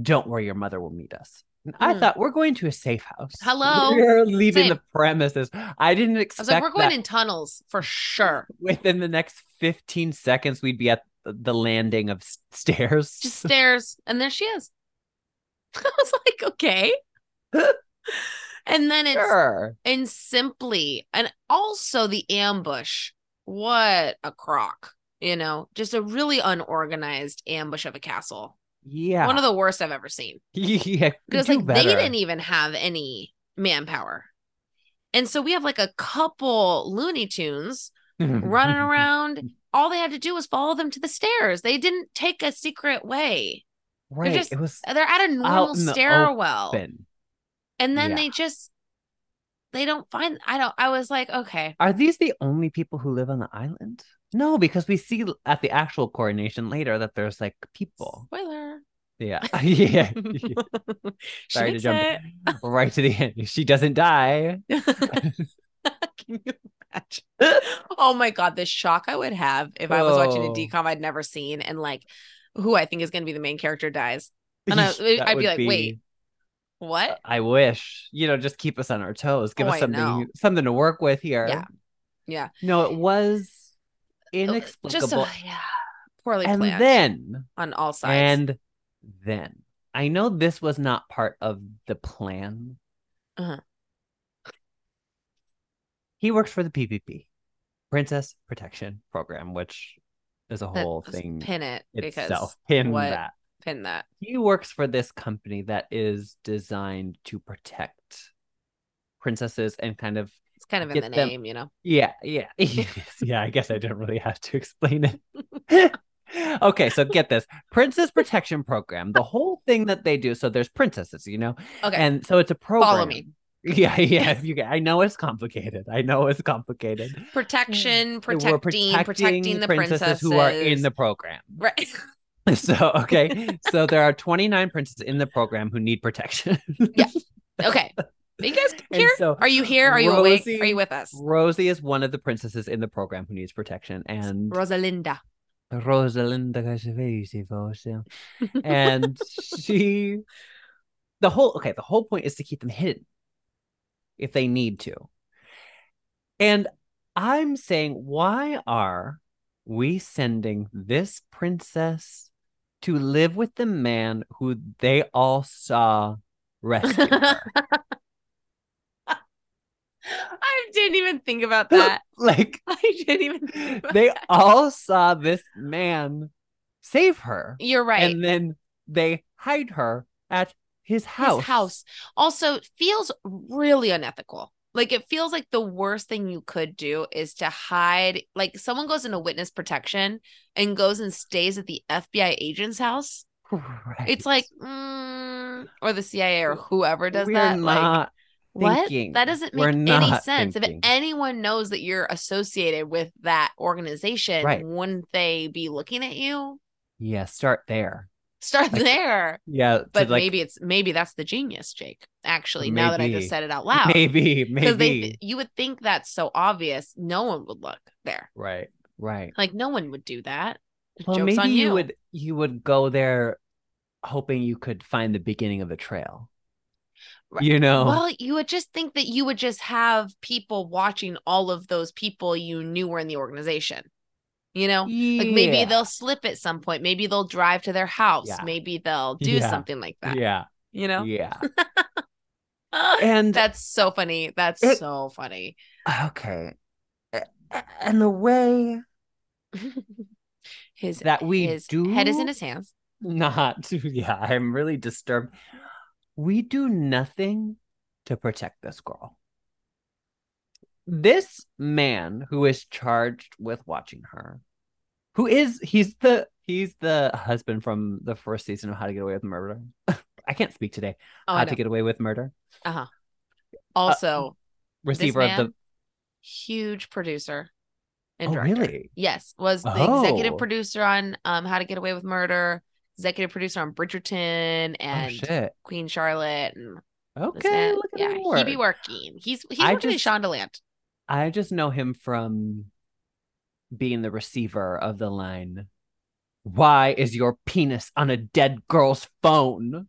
A: "Don't worry, your mother will meet us." And I
B: Mm.
A: thought we're going to a safe house.
B: Hello?
A: we're leaving
B: Same.
A: the premises. I didn't
B: I was
A: expect
B: like, we're going
A: that
B: in tunnels for sure.
A: within the next fifteen seconds we'd be at the- the landing of s- stairs.
B: Just stairs, and there she is. I was like, okay. and then it's
A: sure.
B: and simply, and also the ambush. What a crock, you know, just a really unorganized ambush of a castle.
A: Yeah,
B: One of the worst I've ever seen.
A: yeah,
B: because
A: do
B: like
A: better.
B: they didn't even have any manpower and so we have like a couple looney tunes running around all they had to do was follow them to the stairs they didn't take a secret way
A: Right,
B: just
A: it was
B: they're at a normal
A: in the
B: stairwell
A: open.
B: and then
A: Yeah.
B: they just they don't find i don't i was like okay
A: Are these the only people who live on the island? No, because we see l- at the actual coronation later that there's like people.
B: spoiler
A: Yeah. yeah.
B: She
A: Sorry to
B: makes
A: jump
B: it.
A: right to the end. She doesn't die.
B: Can you imagine? Oh my god, the shock I would have if I was watching a
A: Oh.
B: decom I'd never seen and like who I think is going to be the main character dies. And I-
A: That
B: I'd be
A: would
B: like, wait, What?
A: I wish. You know, just keep us on our toes. Give
B: Oh,
A: us
B: I
A: something
B: know.
A: something to work with here.
B: Yeah. Yeah.
A: No, it was
B: Just
A: inexplicable.
B: a, yeah, poorly
A: and
B: planned
A: then
B: on all sides.
A: and then I know this was not part of the plan.
B: Uh-huh.
A: He works for the PPP, Princess Protection Program, which is a
B: That-
A: whole
B: let's
A: thing
B: pin it
A: itself.
B: because
A: Pin
B: what-
A: that.
B: pin that.
A: He works for this company that is designed to protect princesses and kind of
B: It's kind of in
A: Get
B: the
A: them-
B: name, you know.
A: yeah, yeah. yeah, I guess I didn't really have to explain it. okay, so get this Princess Protection Program, the whole thing that they do. So there's princesses, you know?
B: Okay.
A: And so it's a program.
B: me.
A: Yeah, yeah. If you get, I know it's complicated. I know it's complicated.
B: Protection,
A: Mm, We're
B: protecting, protecting, the
A: princesses,
B: princesses,
A: who are in the program.
B: right.
A: So, okay. so there are 29 princesses in the program who need protection.
B: okay. Are you guys
A: And
B: here?
A: so
B: are you here? Are you awake? Are
A: Rosie-
B: you with us?
A: Rosie is one of the princesses in the program who needs protection. And
B: Rosalinda.
A: Rosalinda Casaveese Vosa. And she the whole okay, the whole point is to keep them hidden if they need to. And I'm saying, why are we sending this princess to live with the man who they all saw rescue? her?
B: I didn't even think about that.
A: like
B: I didn't even think about
A: they
B: that.
A: all saw this man save her.
B: You're right.
A: and then they hide her at his house.
B: His house also feels really unethical. Like it feels like the worst thing you could do is to hide. Like someone goes into witness protection and goes and stays at the FBI agent's house. It's like, mm, or the CIA or whoever does
A: We're
B: that. like,
A: Not
B: what?
A: thinking.
B: That doesn't make
A: We're
B: any
A: not
B: sense.
A: thinking.
B: If anyone knows that you're associated with that organization,
A: Right.
B: wouldn't they be looking at you?
A: yeah, start there.
B: Start there.
A: Yeah, to,
B: But
A: like,
B: maybe it's maybe that's the genius, Jake. Actually, now that I
A: Maybe.
B: just said it out loud,
A: maybe,
B: because
A: maybe.
B: they you would think that's so obvious no one would look there
A: Right, right.
B: like no one would do that
A: Well,
B: Joke's
A: maybe
B: on
A: you.
B: you.
A: would you would go there, hoping you could find the beginning of a trail.
B: Right.
A: You know,
B: well you would just think that you would just have people watching all of those people you knew were in the organization you know like maybe
A: Yeah,
B: they'll slip at some point maybe they'll drive to their house
A: Yeah.
B: maybe they'll do
A: Yeah.
B: something like that
A: yeah,
B: you know
A: yeah.
B: Ah,
A: And
B: that's so funny that's
A: It-
B: so funny
A: okay, A- a- and the way
B: his
A: that we
B: his
A: do
B: head is in his hands
A: not yeah i'm really disturbed we do nothing to protect this girl this man who is charged with watching her, who is he's the he's the husband from the first season of How to Get Away with Murder. I can't speak today.
B: Oh, I
A: How
B: know.
A: to Get uh, Away with Murder.
B: also,
A: Receiver of the
B: man huge producer and
A: Oh,
B: director.
A: really?
B: Yes, was the
A: Oh.
B: executive producer on um How to Get Away with Murder, executive producer on Bridgerton
A: Oh
B: and
A: shit.
B: Queen Charlotte. And this
A: Okay,
B: and-
A: look at
B: yeah,
A: him work.
B: he be working. He's he's
A: I
B: working
A: just-
B: in Shondaland.
A: I just know him from being the receiver of the line. Why is your penis on a dead girl's phone?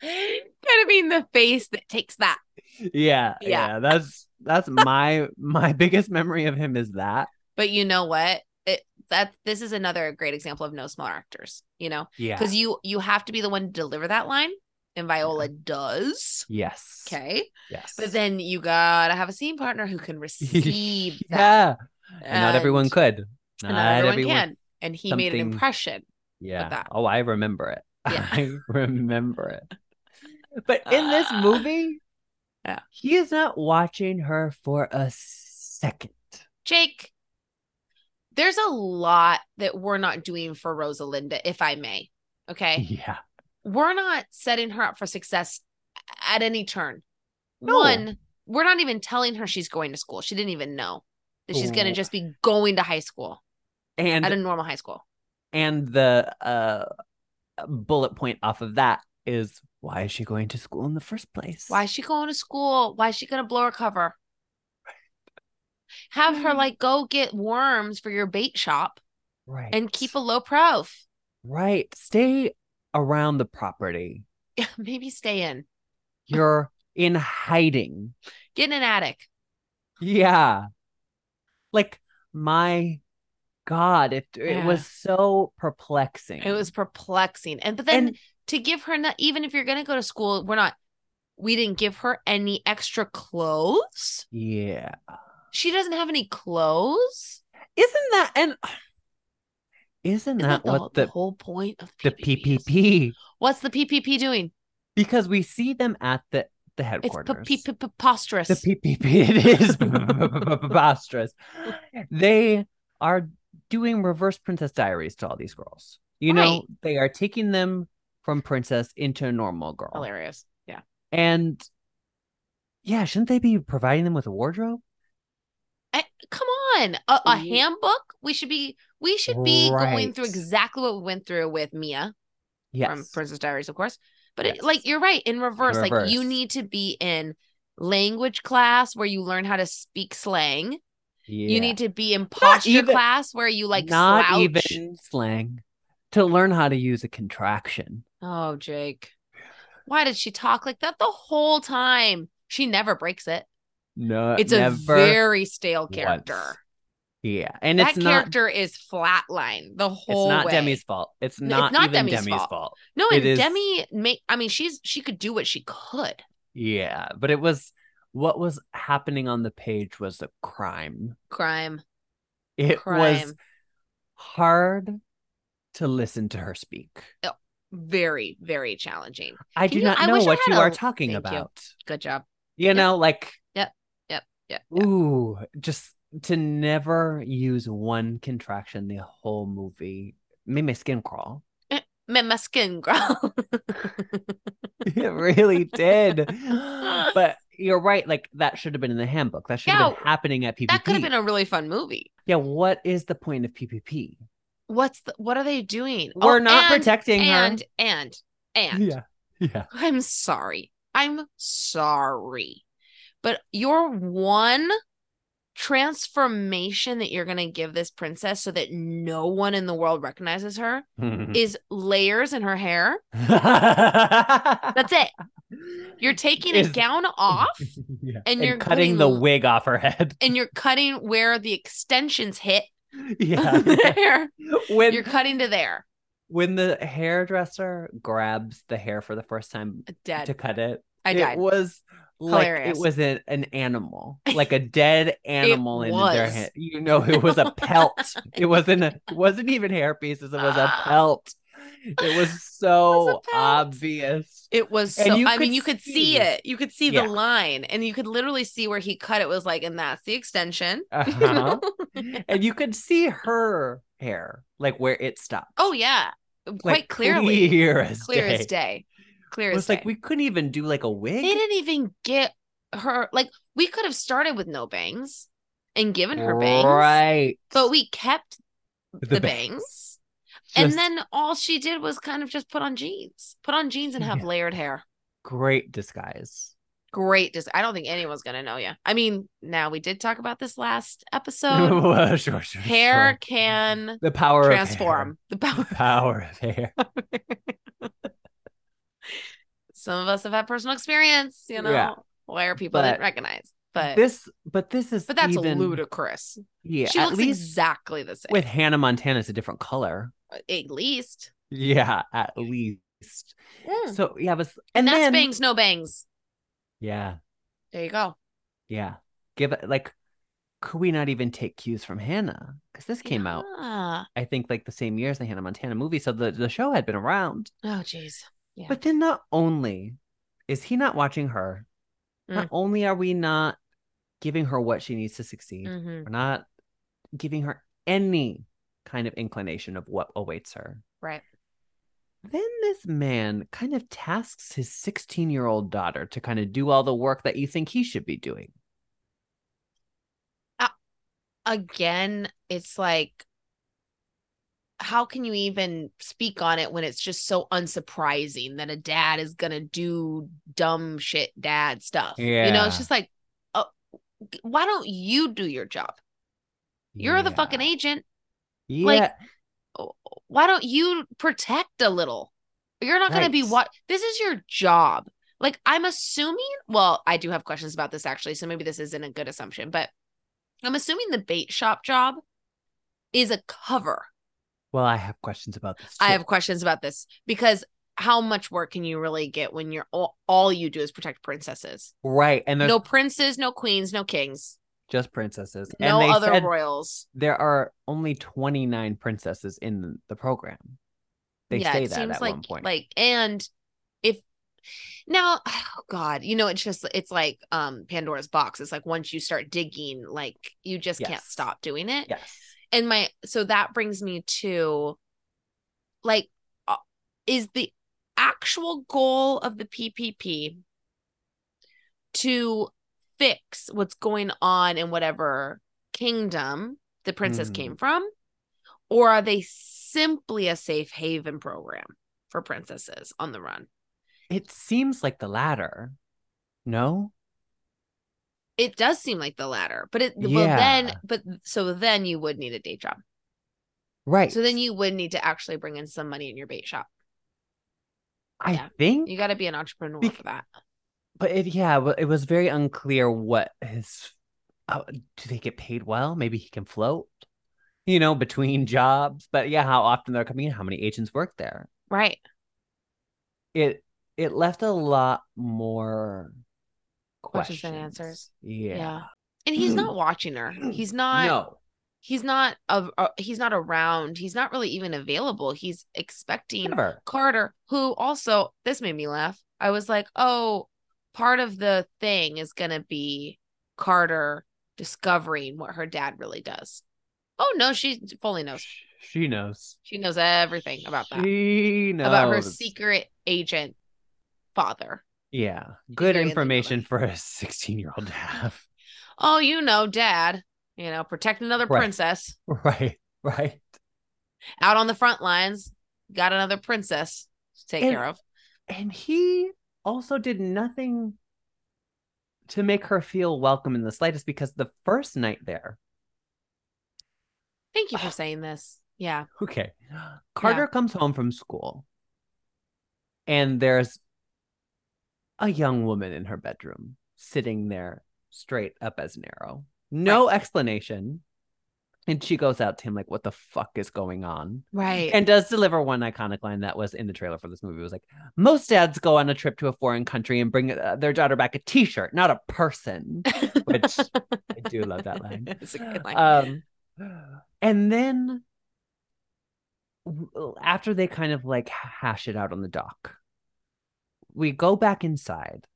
B: Gotta be in the face that takes that.
A: Yeah, yeah,
B: Yeah.
A: that's that's my my biggest memory of him is that.
B: But you know what? It, that this is another great example of no small actors. You know,
A: Yeah.
B: because you you have to be the one to deliver that line, and Viola does.
A: Yes.
B: Okay,
A: Yes.
B: but then you gotta have a scene partner who can receive that.
A: yeah. And not everyone
B: And-
A: could.
B: and not everyone, can. And he made an
A: Something-
B: impression.
A: Yeah.
B: that.
A: Oh, I remember it.
B: Yeah.
A: I remember it. But in this
B: Ah.
A: movie,
B: Yeah.
A: he is not watching her for a second.
B: Jake, there's a lot that we're not doing for Rosalinda, if I may. Okay.
A: Yeah.
B: We're not setting her up for success at any turn.
A: No.
B: One, we're not even telling her she's going to school. She didn't even know that she's going
A: Oh.
B: to just be going to high school
A: And
B: at a normal high school.
A: and the uh bullet point off of that is why is she going to school in the first place?
B: Why is she going to school? Why is she going to blow her cover? Have
A: Mm.
B: her like go get worms for your bait shop
A: right
B: and keep a low prof.
A: right. Stay around the property.
B: Maybe stay in,
A: You're in hiding.
B: get in an attic.
A: Yeah. Like my God, it it
B: Yeah.
A: was so perplexing.
B: It was perplexing. And but then
A: And-
B: to give her not even if you're gonna go to school, we're not we didn't give her any extra clothes.
A: Yeah.
B: She doesn't have any clothes.
A: Isn't that and isn't
B: Isn't
A: that
B: that the,
A: what
B: the
A: the
B: whole point of
A: the
B: PPP is?
A: PPP?
B: What's the PPP doing?
A: Because we see them at the the
B: It's
A: headquarters.
B: p- p- preposterous.
A: The PPP. It is preposterous. They are doing reverse princess diaries to all these girls. You know, they are taking them from princess into a normal girl.
B: Hilarious. Yeah.
A: And yeah, shouldn't they be providing them with a wardrobe?
B: I, come on. A, a
A: Ye-
B: handbook? We should be we should be going through
A: Right.
B: exactly what we went through with Mia.
A: Yes.
B: from Princess Diaries, of course. But
A: Yes.
B: it, like you're right, in reverse, like you
A: reverse.
B: need to be in language class where you learn how to speak slang.
A: Yeah.
B: You need to be in posture
A: even-
B: class where you like
A: not
B: slouch.
A: even slang to learn how to use a contraction.
B: Oh, Jake, why did she talk like that the whole time? She never breaks it.
A: No,
B: It's a
A: never.
B: very stale
A: once.
B: character.
A: yeah, and
B: that
A: it's not.
B: character is flatline the
A: It's
B: whole
A: not
B: way.
A: Demi's fault. It's
B: No,
A: not,
B: it's not
A: even
B: Demi's
A: Demi's
B: fault.
A: fault.
B: no,
A: it
B: and
A: is-
B: Demi make. I mean, she's she could do what she could.
A: Yeah, but it was what was happening on the page was a crime.
B: Crime.
A: It was
B: Crime.
A: hard to listen to her speak.
B: Very, very challenging.
A: I
B: Can
A: do
B: you-
A: not
B: I
A: know
B: wish I
A: what you
B: had a-
A: are talking
B: Thank you.
A: about.
B: Good job.
A: You, know, like
B: Yep, yep, yep,
A: Ooh, just to never use one contraction the whole movie made my skin crawl.
B: Made my skin growl.
A: it really did. but you're right. Like that should have been in the handbook. That should have
B: Yeah,
A: been happening at PPP.
B: that could have been a really fun movie.
A: yeah. What is the point of PPP?
B: What's the, what are they doing?
A: We're
B: Oh,
A: not
B: and,
A: protecting
B: and, and
A: her.
B: and
A: Yeah. Yeah.
B: I'm sorry. I'm sorry. But your one transformation that you're going to give this princess so that no one in the world recognizes her
A: Hmm.
B: is layers in her hair. That's it. You're taking
A: Is-
B: a gown off
A: Yeah.
B: and you're
A: cutting
B: putting
A: the
B: l-
A: wig off her head.
B: and you're cutting where the extensions hit.
A: Yeah.
B: there.
A: when
B: You're cutting to there.
A: when the hairdresser grabs the hair for the first time
B: Dead.
A: to cut it,
B: I
A: it
B: died.
A: was like it
B: Hilarious.
A: was an, an animal, like a dead animal in their
B: was.
A: hand. You know, it was a pelt. it wasn't. A, it wasn't even hair pieces. It was a
B: Ah.
A: pelt. It was so
B: a pout.
A: obvious.
B: It was
A: And
B: so
A: you
B: I mean
A: could
B: you could see,
A: see-
B: it. You could see
A: Yeah.
B: the line and you could literally see where he cut it was like and that's the extension.
A: Uh-huh. and you could see her hair, like where it stopped.
B: Oh yeah. Quite
A: Like,
B: clearly. Clear,
A: clear as day.
B: as day. Clear
A: It
B: as
A: was
B: day.
A: like we couldn't even do like a wig.
B: they didn't even get her like we could have started with no bangs and given her bangs.
A: right?
B: But we kept
A: The
B: the,
A: bangs.
B: bangs. And
A: Just
B: then all she did was kind of just put on jeans. Put on jeans and have
A: Yeah.
B: layered hair.
A: great disguise.
B: Great. Dis- I don't think anyone's going to know you. I mean, now we did talk about this last episode.
A: Sure, sure, sure.
B: hair can
A: the power of hair.
B: transform the power.
A: The power of hair.
B: Some of us have had personal experience, you know,
A: Yeah.
B: where people
A: But
B: didn't recognize. But
A: this, but this is
B: but that's
A: even,
B: ludicrous.
A: Yeah,
B: she
A: at
B: looks
A: least
B: exactly the same.
A: with Hannah Montana, it's a different color.
B: at least.
A: Yeah, at least.
B: Mm.
A: So yeah, it was,
B: And, that's
A: then,
B: bangs, no bangs.
A: Yeah,
B: There you go.
A: yeah. Give it like, could we not even take cues from Hannah? Because this came out,
B: Yeah.
A: I think, like the same year as the Hannah Montana movie. So the the show had been around.
B: Oh, jeez. Yeah.
A: But then not only is he not watching her,
B: Mm.
A: not only are we not giving her what she needs to succeed,
B: hmm
A: we're not giving her any kind of inclination of what awaits her.
B: Right.
A: Then this man kind of tasks his 16 year old daughter to kind of do all the work that you think he should be doing.
B: Again, it's like, how can you even speak on it when it's just so unsurprising that a dad is going to do dumb shit dad stuff? You know,
A: Yeah.
B: it's just like, oh, g- why don't you do your job? You're the fucking agent.
A: Yeah.
B: like, Why don't you protect a little? You're not going to be
A: Right.
B: what this is your job. Like, I'm assuming, well, I do have questions about this actually. So maybe this isn't a good assumption, but I'm assuming the bait shop job is a cover.
A: well, I have questions about this.
B: I
A: too.
B: have questions about this because how much work can you really get when you're all, all you do is protect princesses?
A: right. And there's
B: No princes, no queens, no kings,
A: just princesses.
B: no
A: and they
B: other
A: said
B: royals.
A: there are only 29 princesses in the program. They say that at
B: like,
A: one point.
B: Like, and if now, oh God, you know, it's just it's like um Pandora's box. It's like once you start digging, like you just can't
A: Yes.
B: stop doing it.
A: yes.
B: And my so that brings me to like, uh, is the actual goal of the PPP to fix what's going on in whatever kingdom the princess
A: Mm.
B: came from? Or are they simply a safe haven program for princesses on the run?
A: It seems like the latter. No?
B: It does seem like the latter, but it well
A: Yeah.
B: then, but so then you would need a day job.
A: Right.
B: So then you would need to actually bring in some money in your bait shop.
A: I
B: yeah.
A: think
B: You got to be an entrepreneur
A: Bec-
B: for that.
A: but it yeah, but it was very unclear what his uh, do they get paid well? Maybe he can float, you know, between jobs. But yeah, how often they're coming in, how many agents work there.
B: Right.
A: It it left a lot more questions,
B: Questions and answers.
A: Yeah.
B: And he's not watching her. He's not
A: no.
B: he's not a, a- he's not around. He's not really even available. He's expecting
A: Never.
B: Carter, who also this made me laugh. I was like, "Oh, part of the thing is going to be Carter discovering what her dad really does." Oh no, she fully knows.
A: She knows
B: She knows everything about that.
A: She knows
B: About her secret agent father.
A: Yeah, good
B: very into the
A: information
B: money.
A: for a sixteen-year-old to have.
B: oh, you know, dad, you know, protect another
A: Right.
B: princess
A: Right. Right.
B: out on the front lines. Got another princess to take
A: And-
B: care of.
A: and he also did nothing to make her feel welcome in the slightest because the first night there
B: Thank you for saying this. Yeah.
A: okay carter comes home from school and there's a young woman in her bedroom sitting there straight up as an arrow no explanation and she goes out to him like what the fuck is going on
B: Right.
A: and does deliver one iconic line that was in the trailer for this movie. It was like, most dads go on a trip to a foreign country and bring uh, their daughter back a T-shirt, not a person. Which I do
B: Uh,
A: love that line.
B: It's a good line.
A: Um, and then w- after they kind of like hash it out on the dock, we go back inside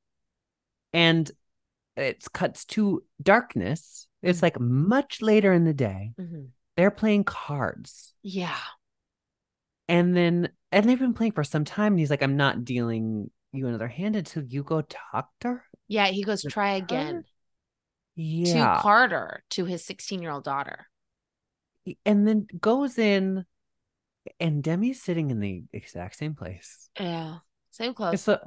A: and it's cuts to darkness. It's like much later in the day.
B: mm-hmm.
A: They're playing cards.
B: Yeah.
A: And then and they've been playing for some time. And he's like, I'm not dealing you another hand until you go talk to her.
B: Yeah. He goes, try
A: Carter?
B: again
A: Yeah.
B: to Carter, to his 16 year old daughter.
A: and then goes in and Demi's sitting in the exact same place.
B: Yeah. Same clothes
A: So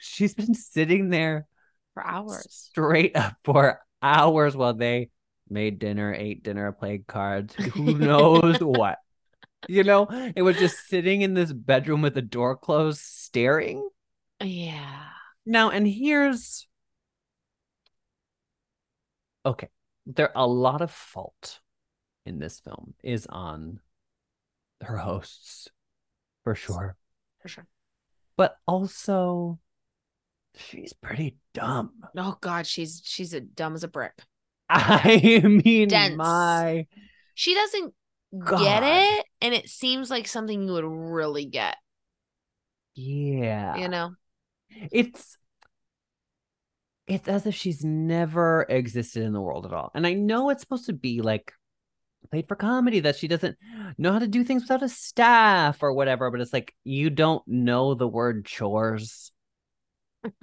A: she's been sitting there
B: for hours.
A: straight up for hours while they made dinner, ate dinner, played cards, who knows what. You know, it was just sitting in this bedroom with the door closed, staring.
B: Yeah.
A: Now, and here's okay, there a lot of fault in this film is on her hosts for sure,
B: For sure.
A: but also she's pretty dumb.
B: Oh God, she's she's a dumb as a brick.
A: I mean,
B: Dense.
A: my
B: She doesn't
A: God.
B: get it, and it seems like something you would really get.
A: Yeah.
B: You know?
A: It's it's as if she's never existed in the world at all. And I know it's supposed to be like played for comedy that she doesn't know how to do things without a staff or whatever, but it's like you don't know the word chores.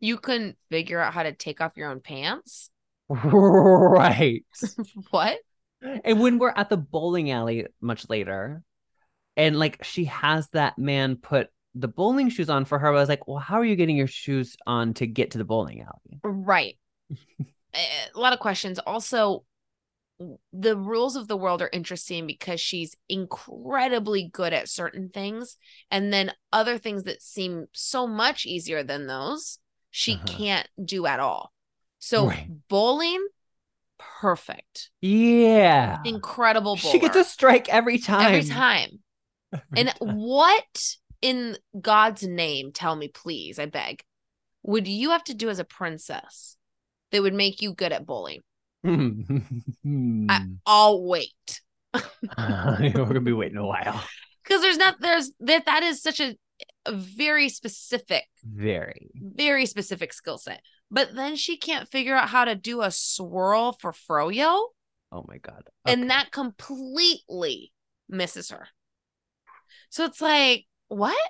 B: You couldn't figure out how to take off your own pants.
A: Right.
B: What?
A: and when we're at the bowling alley much later, and like she has that man put the bowling shoes on for her, I was like, well, how are you getting your shoes on to get to the bowling alley?
B: Right. Eh, a lot of questions. Also, w- the rules of the world are interesting because she's incredibly good at certain things, and then other things that seem so much easier than those, she
A: Uh-huh.
B: can't do at all. So
A: Right.
B: bowling, perfect,
A: Yeah.
B: incredible. Bowler.
A: She gets a strike every time.
B: every time. And what in God's name, tell me, please, I beg, would you have to do as a princess that would make you good at bowling?
A: time.
B: I'll wait.
A: We're gonna be waiting a while.
B: Because there's not, there's that, that is such a, a very specific,
A: Very.
B: very specific skill set. But then she can't figure out how to do a swirl for Froyo.
A: Oh my god. Okay.
B: And that completely misses her. So it's like, what?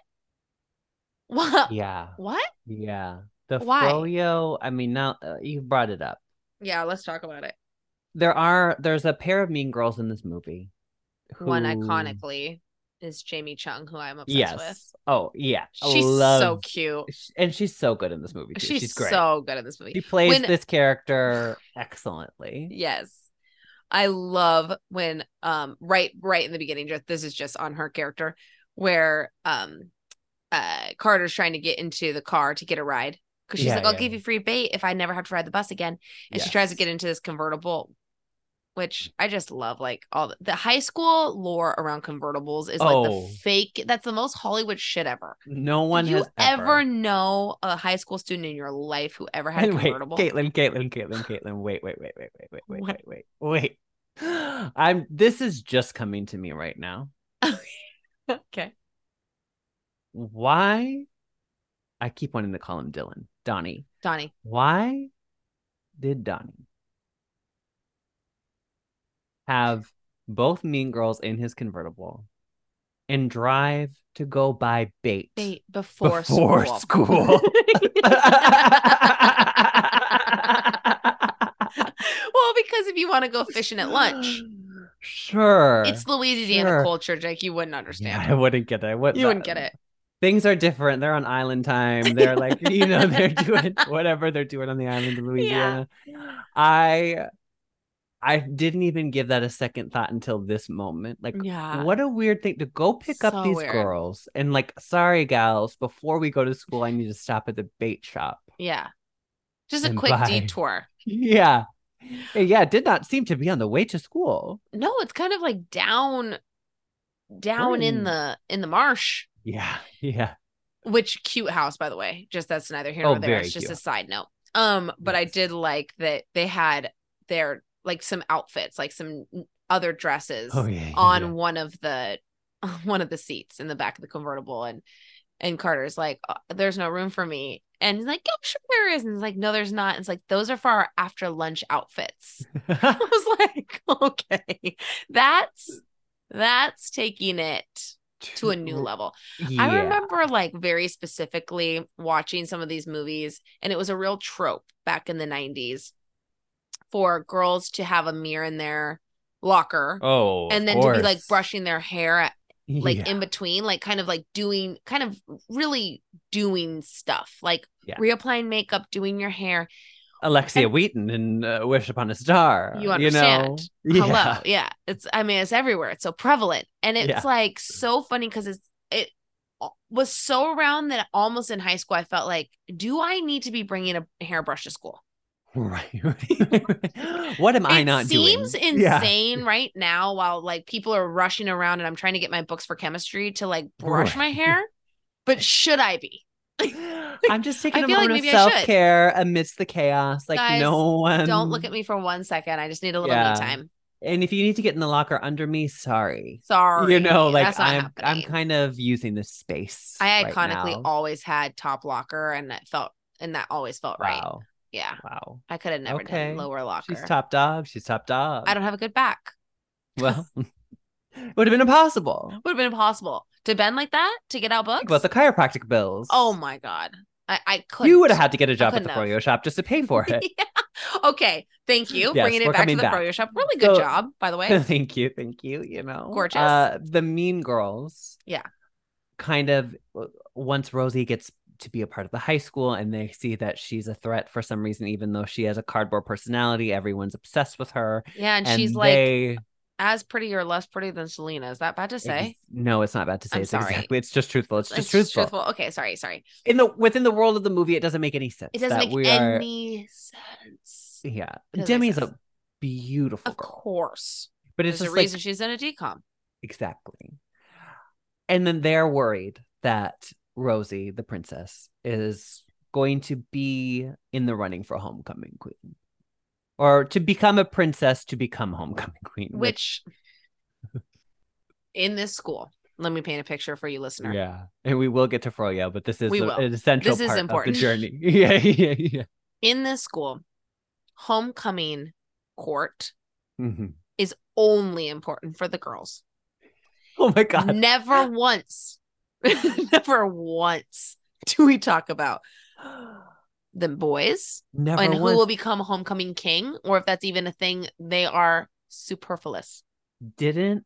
B: What?
A: Yeah.
B: What?
A: Yeah. The
B: Why?
A: froyo. I mean, now uh, you brought it up.
B: Yeah, let's talk about it.
A: There are there's a pair of mean girls in this movie.
B: One
A: who-
B: iconically is Jamie Chung, who I'm obsessed
A: Yes. Oh yeah.
B: with. She's so
A: Love-
B: cute.
A: sh- and she's so good in this movie. Too.
B: She's,
A: She's, great.
B: so good in this movie.
A: she plays
B: when-
A: this character excellently.
B: Yes. I love when um right right in the beginning, just this is just on her character, where um uh Carter's trying to get into the car to get a ride. Because she's
A: Yeah,
B: like, I'll
A: yeah.
B: give you free bait if I never have to ride the bus again. and she tries to
A: Yes.
B: get into this convertible which i just love like all the, the high school lore around convertibles is like
A: Oh.
B: the fake that's the most hollywood shit ever
A: No one
B: Do you
A: has ever
B: know a high school student in your life who ever had a
A: And wait,
B: convertible
A: Caitlin, Caitlin, Caitlin, Caitlin. Wait, wait, wait, wait, wait, wait, wait,
B: What?
A: wait, wait, wait. I'm. This is just coming to me right now.
B: okay
A: Why? I keep wanting to call him Dylan, Donnie.
B: donnie
A: Why did Donnie have both Mean Girls in his convertible and drive to go buy bait,
B: bait before,
A: before
B: school,
A: school?
B: well because if you want to go fishing at lunch
A: Sure.
B: it's louisiana
A: Sure.
B: culture jake you wouldn't understand
A: Yeah, I wouldn't get it. I would,
B: you wouldn't get it
A: Things are different. They're on island time. They're like, you know, they're doing whatever they're doing on the island of Louisiana. I I didn't even give that a second thought until this moment. Like,
B: yeah
A: what a weird thing to go pick
B: So
A: up these
B: weird.
A: girls and like, sorry gals, before we go to school, I need to stop at the bait shop.
B: yeah just a
A: And
B: quick
A: bye.
B: detour
A: Yeah. Yeah, it did not seem to be on the way to school.
B: no it's kind of like down down in
A: Mm.
B: the in the marsh
A: Yeah. Yeah.
B: which cute house by the way just that's neither here
A: Oh,
B: nor there
A: very
B: it's just a
A: cute.
B: side note um but i
A: Yes.
B: did like that they had their like some outfits like some other dresses
A: Oh yeah. yeah,
B: on
A: yeah.
B: one of the one of the seats in the back of the convertible and and Carter's like "Uh, there's no room for me and he's like yeah, I'm sure there is and he's like no there's not it's like those are for our after lunch outfits I was like okay that's that's taking it to a new level I
A: Mm-hmm. Yeah.
B: remember like very specifically watching some of these movies, and it was a real trope back in the 90s for girls to have a mirror in their locker
A: Oh, of
B: and then to be like
A: course.
B: brushing their hair at, like
A: Yeah.
B: in between, like kind of like doing kind of really doing stuff like
A: Yeah.
B: reapplying makeup, doing your hair.
A: Alexia
B: and-
A: Wheaton in uh, Wish Upon a Star.
B: You understand.
A: You know?
B: Hello. Yeah. It's, I mean, it's everywhere. It's so prevalent. And it's
A: Yeah.
B: like so funny because it's, it was so around that almost in high school, I felt like, do I need to be bringing a hairbrush to school?
A: Right. right. what am I
B: it
A: not
B: seems
A: doing? Yeah.
B: insane right now while like people are rushing around and I'm trying to get my books for chemistry to like brush my hair. But should I be?
A: I'm just taking
B: I
A: a
B: feel like
A: moment
B: maybe
A: of
B: I should.
A: self care amidst the chaos. Like
B: Guys,
A: no one.
B: Don't look at me for one second. I just need a little
A: Yeah.
B: me time.
A: And if you need to get in the locker under me, sorry.
B: Sorry.
A: You know, like
B: That's not
A: I'm, I'm
B: happening.
A: kind of using this space.
B: I
A: right
B: iconically
A: now.
B: always had top locker and that felt and that always felt right.
A: Wow,
B: Yeah.
A: wow.
B: I could have never
A: Okay.
B: done lower locker.
A: She's top dog. She's top dog.
B: I don't have a good back.
A: Well, would have been impossible.
B: Would have been impossible to bend like that to get out books.
A: Think about the chiropractic bills.
B: oh my god. I, I could
A: You would have had to get a job at the
B: couldn't have.
A: froyo shop just to pay for it.
B: yeah. Okay. Thank you.
A: Yes,
B: Bringing
A: we're
B: it back to
A: coming
B: the
A: back.
B: froyo shop. Really good
A: So-
B: job, by the way.
A: thank you, thank you. You know,
B: Gorgeous.
A: Uh, the Mean Girls.
B: Yeah.
A: Kind of uh, once Rosie gets to be a part of the high school and they see that she's a threat for some reason, even though she has a cardboard personality, everyone's obsessed with her.
B: Yeah, and, she's like
A: they...
B: as pretty or less pretty than Selena. Is that bad to say?
A: Ex- no, it's not bad to say.
B: I'm
A: it's
B: sorry.
A: exactly. It's just truthful. It's just
B: It's
A: truthful.
B: Okay, sorry, sorry.
A: In the within the world of the movie, it doesn't make any sense.
B: It doesn't
A: that
B: make
A: we are-
B: any sense.
A: Yeah,
B: make
A: Demi is
B: sense.
A: a beautiful
B: Of
A: girl,
B: course.
A: but it's
B: There's a
A: just
B: reason
A: like
B: she's in a decom.
A: exactly. And then they're worried that Rosie, the princess, is going to be in the running for homecoming queen, or to become a princess to become homecoming queen.
B: Which in this school, let me paint a picture for you, listener.
A: yeah, and we will get to Froyo, but this is
B: We
A: a-
B: will.
A: an essential
B: This is
A: part
B: important.
A: of the journey. yeah, yeah, yeah.
B: In this school, homecoming court
A: Mhm.
B: is only important for the girls.
A: Oh my god.
B: Never once, never once do we talk about the boys
A: Never
B: and who
A: once
B: will become homecoming king, or if that's even a thing. They are superfluous.
A: didn't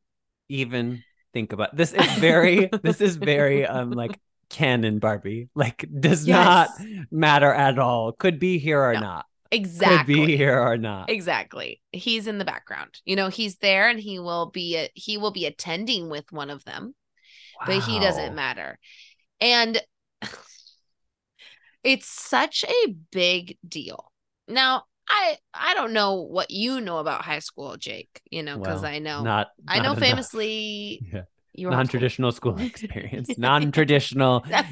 A: even think about this is very this is very um like canon Barbie. Like does not matter at all. Could be here or
B: No,
A: not.
B: exactly.
A: Could be here or not.
B: Exactly. He's in the background. You know, he's there and he will be a, he will be attending with one of them, but he doesn't
A: Wow.
B: matter. And it's such a big deal. Now, I I don't know what you know about high school, Jake, you know, cuz
A: Well,
B: I know
A: Not
B: I
A: not
B: know
A: enough.
B: famously
A: Yeah.
B: you were homeschooled.
A: non-traditional school experience. Non-traditional
B: Yeah.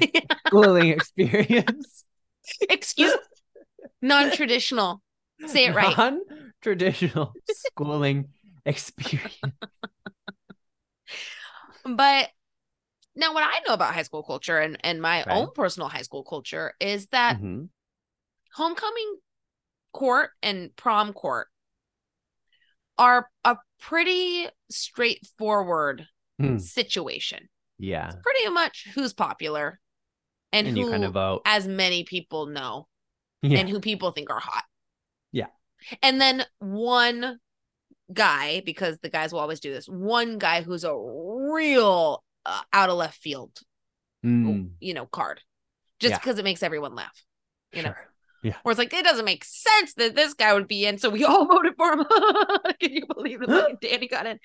A: schooling experience.
B: Excuse non-traditional. Say it right.
A: Non-traditional schooling experience.
B: But now what I know about high school culture and and my
A: Right.
B: own personal high school culture is that
A: Mhm.
B: homecoming court and prom court are a pretty straightforward
A: Hmm.
B: situation.
A: Yeah.
B: Pretty much who's popular and,
A: And,
B: who
A: you kind of vote.
B: as many people know
A: Yeah.
B: and who people think are hot.
A: Yeah.
B: And then one guy, because the guys will always do this, one guy who's a real uh, out of left field,
A: Mm,
B: you know, card, just
A: Yeah.
B: because it makes everyone laugh. you know.
A: sure.
B: Where it's like, it doesn't make sense that this guy would be in. So we all voted for him. Can you believe that like, Danny got in?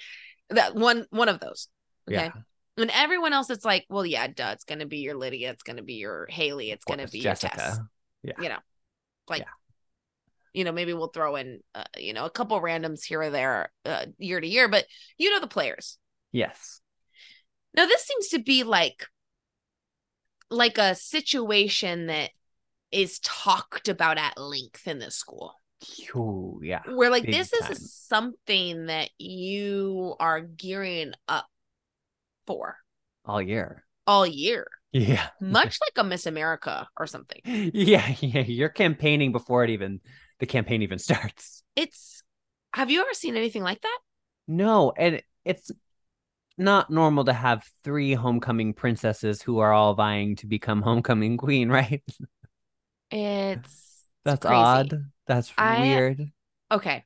B: That one, one of those. Okay.
A: Yeah.
B: And everyone else, it's like, well, yeah, duh, it's going to be your Lydia. It's going to be your Haley. It's going to
A: course,
B: be your Tess.
A: Jessica.
B: you know maybe we'll throw in uh, you know a couple randoms here or there uh, year to year but you know the players
A: Yes.
B: now this seems to be like like a situation that is talked about at length in this school
A: Oh, yeah.
B: We're like,
A: Big
B: this
A: time.
B: is something that you are gearing up for
A: All year.
B: all year,
A: Yeah.
B: much like a Miss America or something.
A: Yeah. Yeah. You're campaigning before it even, the campaign even starts.
B: It's, have you ever seen anything like that?
A: No. And it's not normal to have three homecoming princesses who are all vying to become homecoming queen, right?
B: It's
A: That's
B: crazy.
A: odd. That's
B: I-
A: weird.
B: okay.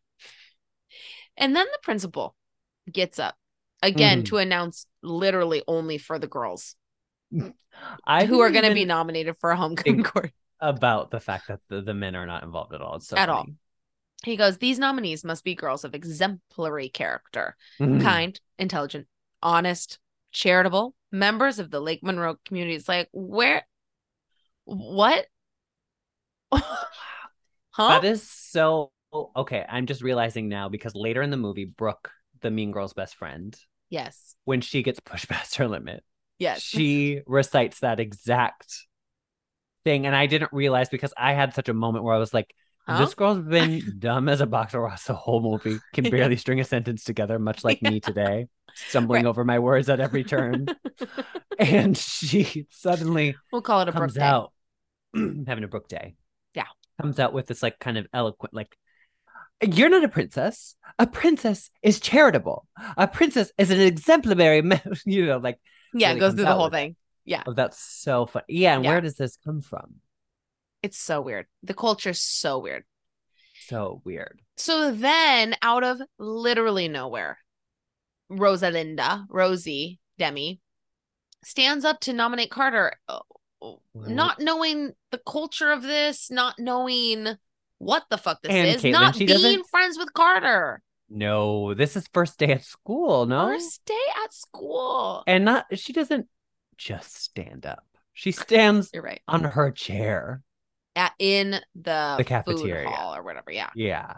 B: And then the principal gets up again
A: Mhm.
B: to announce literally only for the girls
A: I
B: who are
A: didn't
B: going to be
A: even
B: nominated for a homecoming
A: think-
B: court.
A: about the fact that the, the men are not involved at all. It's so
B: At all.
A: funny.
B: He goes, These nominees must be girls of exemplary character,
A: Mhm.
B: kind, intelligent, honest, charitable, members of the Lake Monroe community. It's like, where? What? huh?
A: That is so okay. I'm just realizing now because later in the movie, Brooke, the mean girl's best friend,
B: yes.
A: when she gets pushed past her limit,
B: Yes.
A: she recites that exact thing. And I didn't realize because I had such a moment where I was like,
B: Huh?
A: this girl's been dumb as a box of rocks the whole movie, can
B: Yeah.
A: barely string a sentence together, much like me today, stumbling
B: Right.
A: over my words at every turn. and she suddenly
B: we'll call it a
A: comes
B: Brooke day.
A: out having a Brooke day.
B: Yeah.
A: Comes out with this like kind of eloquent, like, you're not a princess. A princess is charitable. A princess is an exemplary, me-" you know, like,
B: Yeah,
A: really
B: it goes
A: comes
B: through the
A: out
B: whole
A: with it.
B: thing.
A: oh, that's so fun. Yeah. And
B: Yeah.
A: where does this come from?
B: It's so weird. The culture's so weird.
A: So weird.
B: So then, out of literally nowhere, Rosalinda, Rosie, Demi, stands up to nominate Carter, uh, not knowing the culture of this, not knowing what the fuck this
A: And
B: is,
A: Caitlin,
B: not
A: she
B: being
A: doesn't-
B: friends with Carter.
A: No, this is first day at school. No.
B: First day at school.
A: And not, she doesn't just stand up, she stands
B: You're right.
A: on her chair.
B: At, in the,
A: The cafeteria.
B: food hall or whatever. Yeah.
A: Yeah.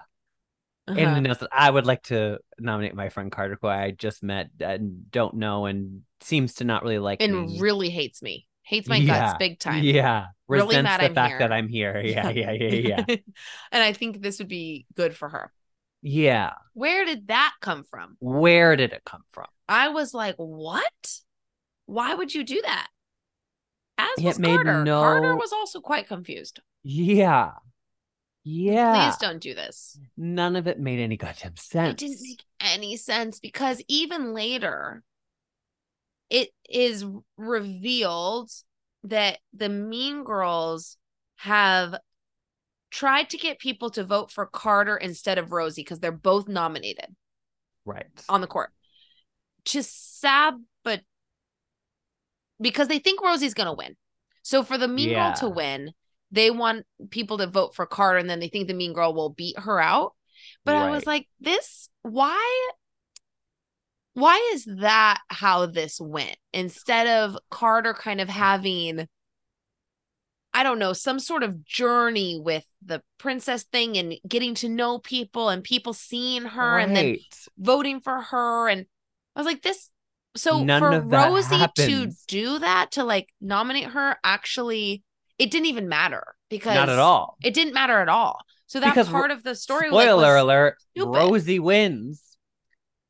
A: and
B: Uh-huh.
A: announced that I would like to nominate my friend Carter, who I just met and don't know and seems to not really like
B: And,
A: me.
B: really hates me. Hates my
A: Yeah.
B: guts big time.
A: Yeah,
B: Really
A: resents
B: mad
A: the
B: I'm
A: fact
B: here.
A: that I'm here. Yeah, yeah, yeah, yeah,
B: and I think this would be good for her.
A: yeah.
B: Where did that come from?
A: Where did it come from?
B: I was like, what? Why would you do that? As
A: It
B: was
A: made
B: Carter. Carter
A: no-
B: was also quite confused.
A: Yeah, yeah.
B: Please don't do this.
A: None of it made any goddamn sense.
B: It didn't make any sense because even later, it is revealed that the Mean Girls have tried to get people to vote for Carter instead of Rosie because they're both nominated.
A: right.
B: on the court to sabot because they think Rosie's gonna win. So for the mean
A: Yeah.
B: girl to win, they want people to vote for Carter, and then they think the mean girl will beat her out. But I was
A: Right.
B: like, this why? Why is that how this went? Instead of Carter kind of having, I don't know, some sort of journey with the princess thing and getting to know people and people seeing her and then
A: Right.
B: voting for her and i was like this so
A: None
B: for
A: of that
B: rosie to
A: happens.
B: do that to like nominate her actually it didn't even matter because
A: not at all.
B: it didn't matter at all so that
A: Because
B: part of the story like,
A: Spoiler
B: was
A: alert:
B: stupid.
A: Rosie wins,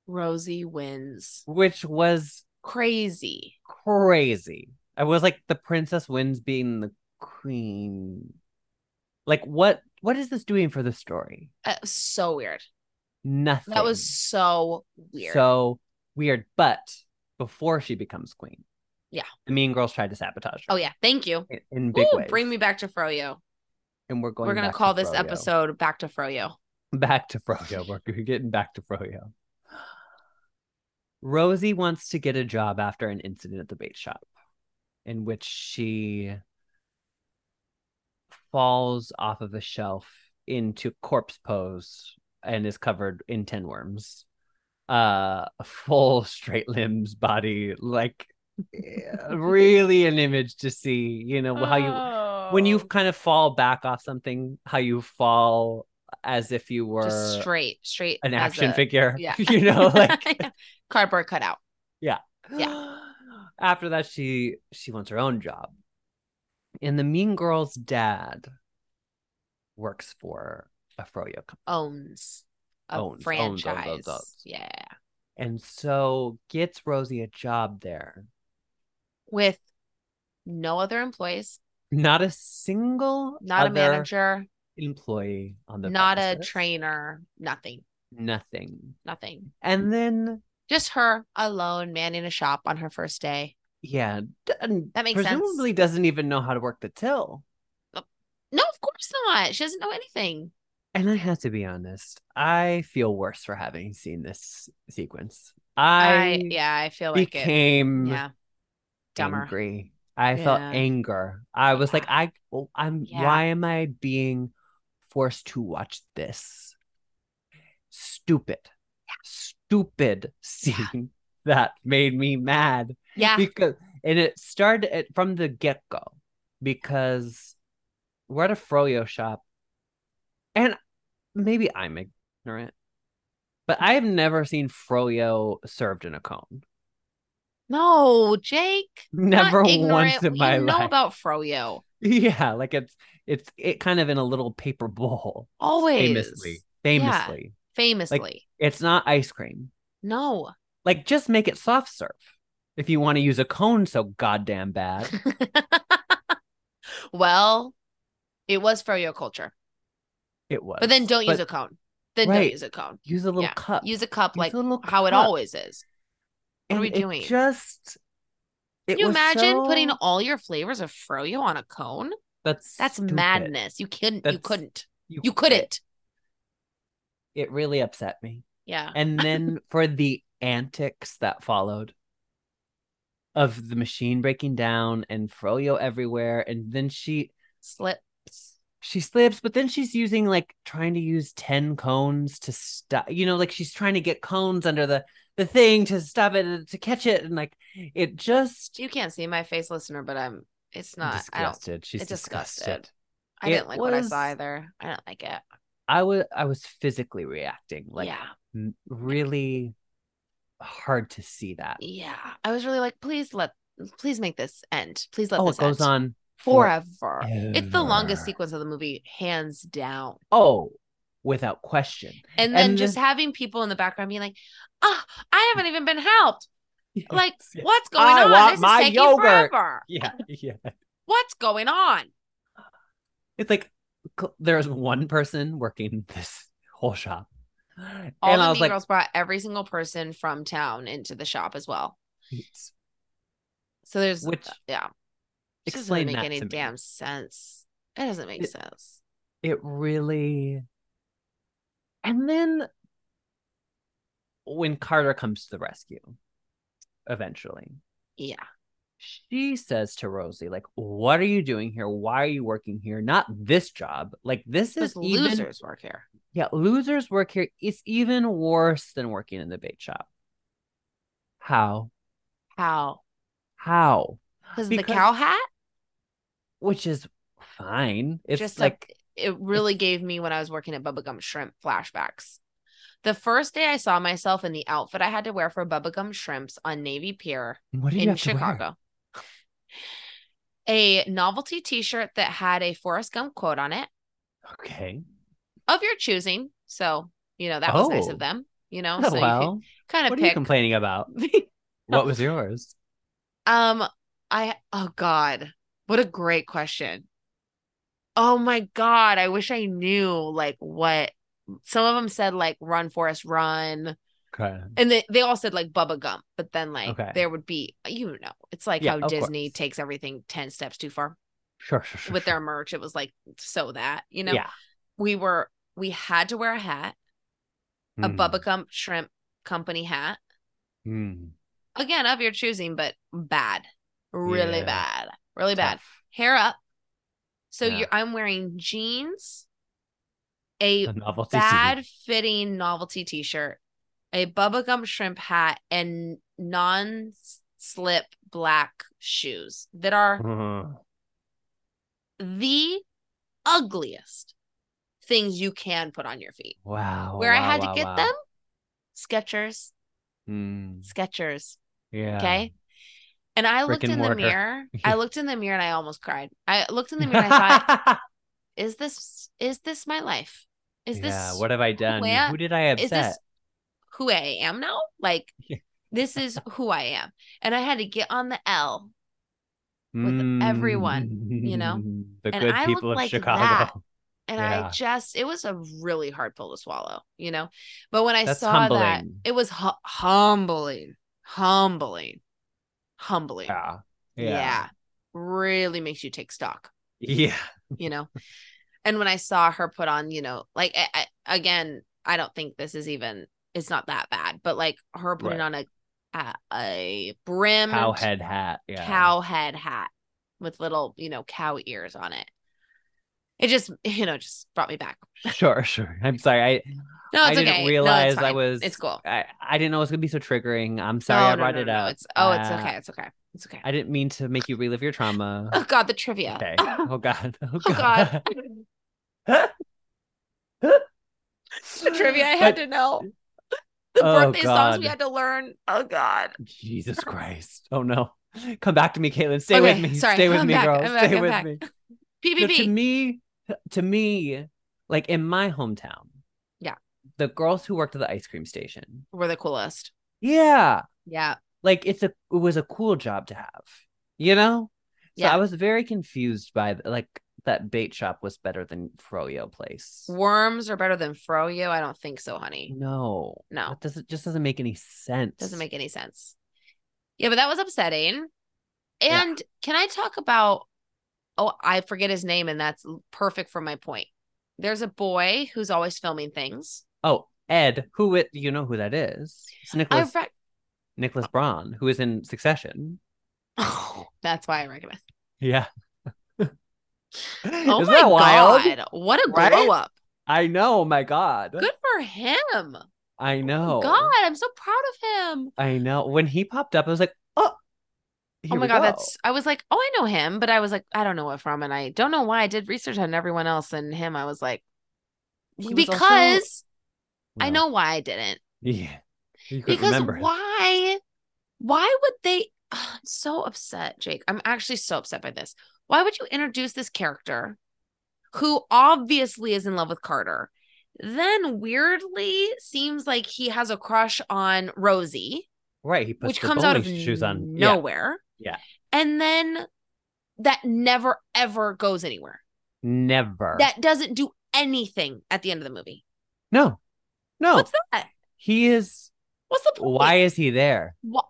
B: rosie wins
A: which was
B: crazy
A: crazy. I was like the princess wins being the queen. Like what what is this doing for the story?
B: uh, so weird
A: Nothing.
B: that was so weird
A: so weird. But before she becomes queen.
B: Yeah.
A: The mean girls tried to sabotage her
B: oh yeah thank you
A: in, in big
B: Ooh,
A: ways.
B: bring me back to froyo
A: and we're going
B: we're gonna
A: back to
B: call this
A: Froyo.
B: episode back to froyo
A: back to Froyo. We're we're getting back to Froyo. Rosie wants to get a job after an incident at the bait shop in which she falls off of a shelf into corpse pose and is covered in tin worms. Uh full straight limbs body like eh, really an image to see, you know, how you when
B: Oh.
A: you kind of fall back off something, how you fall as if you were
B: just straight straight
A: an
B: as
A: action
B: a-
A: figure.
B: yeah.
A: you know, like
B: cardboard cutout
A: After that, she she wants her own job, and the mean girl's dad works for a froyo company.
B: owns a
A: Owns, owns, owns, owns,
B: franchise.
A: owns.
B: Yeah.
A: And so gets Rosie a job there.
B: With no other employees,
A: Not a single
B: not
A: other
B: a manager,
A: employee on the
B: not a
A: premises.
B: trainer, nothing,
A: nothing.
B: nothing.
A: And then
B: Just her alone, man in a shop on her first day.
A: yeah, d- and
B: That makes sense.
A: presumably doesn't even know how to work the till.
B: No, of course not. She doesn't know anything.
A: And I have to be honest, I feel worse for having seen this sequence. I,
B: yeah, I feel like it.
A: became
B: Yeah. Dumber.
A: angry. I felt
B: Yeah.
A: anger. I was like,
B: Yeah.
A: I, well, I'm.
B: Yeah.
A: Why am I being forced to watch this? Stupid, stupid scene that made me mad
B: Yeah.
A: because, and it started at, from the get go because we're at a froyo shop, and maybe I'm ignorant, but I have never seen froyo served in a cone.
B: No, Jake. not
A: Never
B: ignorant.
A: once in my
B: you
A: life.
B: know about Froyo.
A: Yeah, like it's it's it kind of in a little paper bowl.
B: Always.
A: Famously. Famously.
B: Famously.
A: It's not ice cream.
B: no.
A: Like just make it soft serve if you want to use a cone so goddamn bad.
B: well, it was Froyo culture.
A: It was.
B: But then don't use
A: But
B: a cone. Then
A: Right.
B: don't use a cone.
A: use a little
B: yeah,
A: cup.
B: Use a cup
A: Use
B: like
A: a little
B: how it
A: cup.
B: always is. What are
A: And
B: we
A: it
B: doing?
A: Just it
B: Can you
A: was
B: imagine putting
A: so-
B: all your flavors of Froyo on a cone?
A: that's
B: That's
A: stupid.
B: madness. You couldn't. you
A: That's-
B: couldn't. You couldn't.
A: It really upset me.
B: Yeah.
A: And then for the antics that followed of the machine breaking down and Froyo everywhere. And then she
B: Slips.
A: she slips, but then she's using like trying to use 10 cones to stop, you know, like she's trying to get cones under the the thing to stop it and to catch it. And like it just
B: You can't see my face, listener, but I'm. It's
A: I'm
B: not. I don't.
A: disgusted. She's
B: it disgusted.
A: disgusted.
B: I
A: It
B: didn't like what I saw
A: was-
B: either. I don't like it.
A: I was I was physically reacting, like
B: yeah.
A: m- really hard to see that.
B: Yeah. I was really like, please let, please make this end. Please let
A: oh,
B: this
A: it goes
B: end.
A: on
B: forever. It's the
A: forever.
B: longest sequence of the movie, hands down.
A: Oh, without question.
B: And then
A: And
B: just
A: then-
B: having people in the background being like, ah, I haven't even been helped. Like,
A: Yes.
B: what's going
A: I
B: on?
A: want
B: this
A: my
B: is taking
A: yogurt."
B: forever.
A: yeah, yeah.
B: What's going on?
A: It's like cl- there's one person working this whole shop. And
B: All
A: I
B: the
A: was
B: mean
A: like,
B: girls brought every single person from town into the shop as well.
A: "It's-
B: So there's uh,
A: Which-
B: yeah. It doesn't
A: explain
B: make
A: that
B: any
A: to me.
B: damn sense. It doesn't make
A: It-
B: sense.
A: it really. And then when Carter comes to the rescue, eventually,
B: Yeah.
A: she says to Rosie, like, what are you doing here? Why are you working here? Not this job. Like this is
B: Because
A: even
B: losers work here.
A: Yeah, losers work here. It's even worse than working in the bait shop. How?
B: How?
A: How?
B: Because the
A: Because-
B: cow hat?
A: Which is fine. It's
B: just
A: like,
B: like it really gave me when I was working at Bubba Gum Shrimp flashbacks. The first day I saw myself in the outfit I had to wear for Bubba Gum Shrimps on Navy Pier
A: what do you
B: in
A: have to wear?
B: Chicago. A novelty t-shirt that had a Forrest Gump quote on it
A: Okay.
B: of your choosing. So, you know, that was nice
A: Oh.
B: of them, you know.
A: Oh,
B: so you
A: well,
B: could kind
A: what
B: of
A: are you
B: pick.
A: complaining about? What was yours?
B: Um, I oh God, what a great question. Oh my God, I wish I knew like what some of them said like run Forrest run.
A: Okay.
B: And they, they all said like Bubba Gump, but then like
A: Okay.
B: there would be you know, it's like
A: Yeah,
B: how
A: of
B: Disney
A: course.
B: takes everything 10 steps too far
A: Sure, sure, sure.
B: with
A: sure.
B: their merch. It was like so that, you know,
A: yeah.
B: we were we had to wear a hat, a
A: Mm,
B: Bubba Gump shrimp company hat.
A: mm,
B: Again, of your choosing, but bad. Really
A: Yeah.
B: bad. Really bad.
A: tough.
B: hair up. So
A: Yeah.
B: you're I'm wearing jeans, a
A: A novelty suit.
B: bad fitting novelty t-shirt, a Bubba Gump shrimp hat, and non-slip black shoes that are
A: Uh,
B: the ugliest things you can put on your feet.
A: wow.
B: Where
A: Oh, wow,
B: I had to
A: wow,
B: get
A: wow.
B: them, Skechers,
A: Mm,
B: Skechers,
A: yeah.
B: okay? And I
A: Brick
B: looked
A: and
B: in
A: mortar.
B: the mirror. I looked in the mirror and I almost cried. I looked in the mirror and I thought,
A: Okay.
B: is this is this my life? Is this
A: yeah, what have I done?
B: where-
A: Who did I upset?
B: is this who I am now? Like
A: Yeah.
B: this is who I am. And I had to get on the L. with everyone, you know?
A: Mm, The
B: And
A: good
B: I look
A: people of
B: like
A: Chicago.
B: And
A: Yeah.
B: I just it was a really hard pill to swallow, you know. But when I
A: That's
B: saw that,
A: humbling.
B: it was hu- humbling, humbling, humbling.
A: Yeah.
B: Yeah. Really makes you take stock,
A: Yeah.
B: you know. and when I saw her put on, you know, like I, I, again, I don't think this is even it's not that bad, but like her putting
A: Right.
B: on a a, a brim
A: Cow head hat. Yeah.
B: cow head hat with little, you know, cow ears on it. It just, you know, just brought me back.
A: Sure, sure. I'm sorry. I
B: No,
A: I
B: it's okay.
A: didn't
B: No, it's
A: realize I
B: fine.
A: was-
B: It's cool.
A: I, I didn't know it was gonna be so triggering. I'm sorry I
B: no,
A: brought
B: no,
A: it
B: no, no.
A: up.
B: It's oh, it's
A: Uh,
B: okay. It's okay. It's okay.
A: I didn't mean to make you relive your trauma.
B: oh God, the trivia.
A: Okay. Oh god. Oh
B: oh God,
A: god.
B: the trivia I had to know. The
A: Oh,
B: birthday songs we
A: God.
B: had to learn. Oh God.
A: Jesus Christ. Oh no. Come back to me, Caitlin. Stay
B: Okay,
A: with me.
B: sorry.
A: Stay with
B: I'm
A: me,
B: back.
A: girl.
B: I'm back.
A: Stay
B: I'm
A: with
B: back.
A: me. So to
B: PPP.
A: me, to me, like in my hometown,
B: Yeah.
A: the girls who worked at the ice cream station,
B: We're the coolest.
A: yeah,
B: Yeah.
A: like it's a it was a cool job to have, you know. So
B: Yeah.
A: I was very confused by th- like that bait shop was better than Froyo place.
B: Worms are better than froyo. I don't think so, honey.
A: No,
B: No.
A: that doesn't just doesn't make any sense.
B: Doesn't make any sense. Yeah, but that was upsetting.
A: Yeah.
B: And can I talk about oh, I forget his name and that's l- perfect for my point. There's a boy who's always filming things.
A: Oh, Ed, who it you know who that is? It's
B: I
A: Nicholas
B: re-
A: Nicholas Braun, who is in Succession.
B: that's why I recommend.
A: Yeah.
B: Oh
A: is
B: my
A: that wild?
B: god. What a
A: Right?
B: grow up.
A: I know, my God.
B: Good for him.
A: I know.
B: God, I'm so proud of him.
A: I know. When he popped up, I was like, oh, here
B: oh my
A: we
B: god,
A: go.
B: that's I was like, oh, I know him, but I was like, I don't know what from, and I don't know why I did research on everyone else and him. I was like,
A: He was also-
B: because I
A: Well,
B: know why I didn't.
A: Yeah. You could
B: Because
A: remember. it.
B: why? Why would they? I'm so upset, Jake. I'm actually so upset by this. Why would you introduce this character who obviously is in love with Carter? Then weirdly seems like he has a crush on Rosie,
A: Right. He puts
B: which
A: the
B: comes out of
A: bowling shoes on. Yeah.
B: nowhere.
A: Yeah.
B: And then that never ever goes anywhere.
A: Never.
B: That doesn't do anything at the end of the movie.
A: No. No.
B: What's that?
A: He is.
B: What's the point?
A: Why is he there?
B: Wha-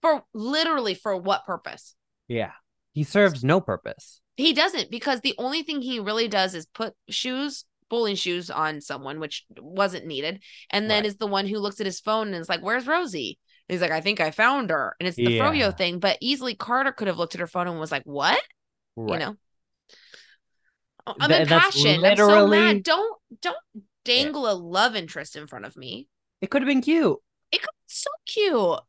B: for literally for what purpose?
A: Yeah. He serves no purpose.
B: He doesn't because the only thing he really does is put shoes, bowling shoes on someone, which wasn't needed, and then
A: Right.
B: is the one who looks at his phone and is like, "Where's Rosie?" And he's like, "I think I found her," and it's the
A: Yeah.
B: froyo thing. But easily Carter could have looked at her phone and was like, "What?"
A: Right.
B: You know. I- I'm
A: Th- that's
B: impassioned. I'm so
A: literally-
B: mad. Don't don't dangle a love interest in front of me.
A: It could have been cute.
B: It could be so cute.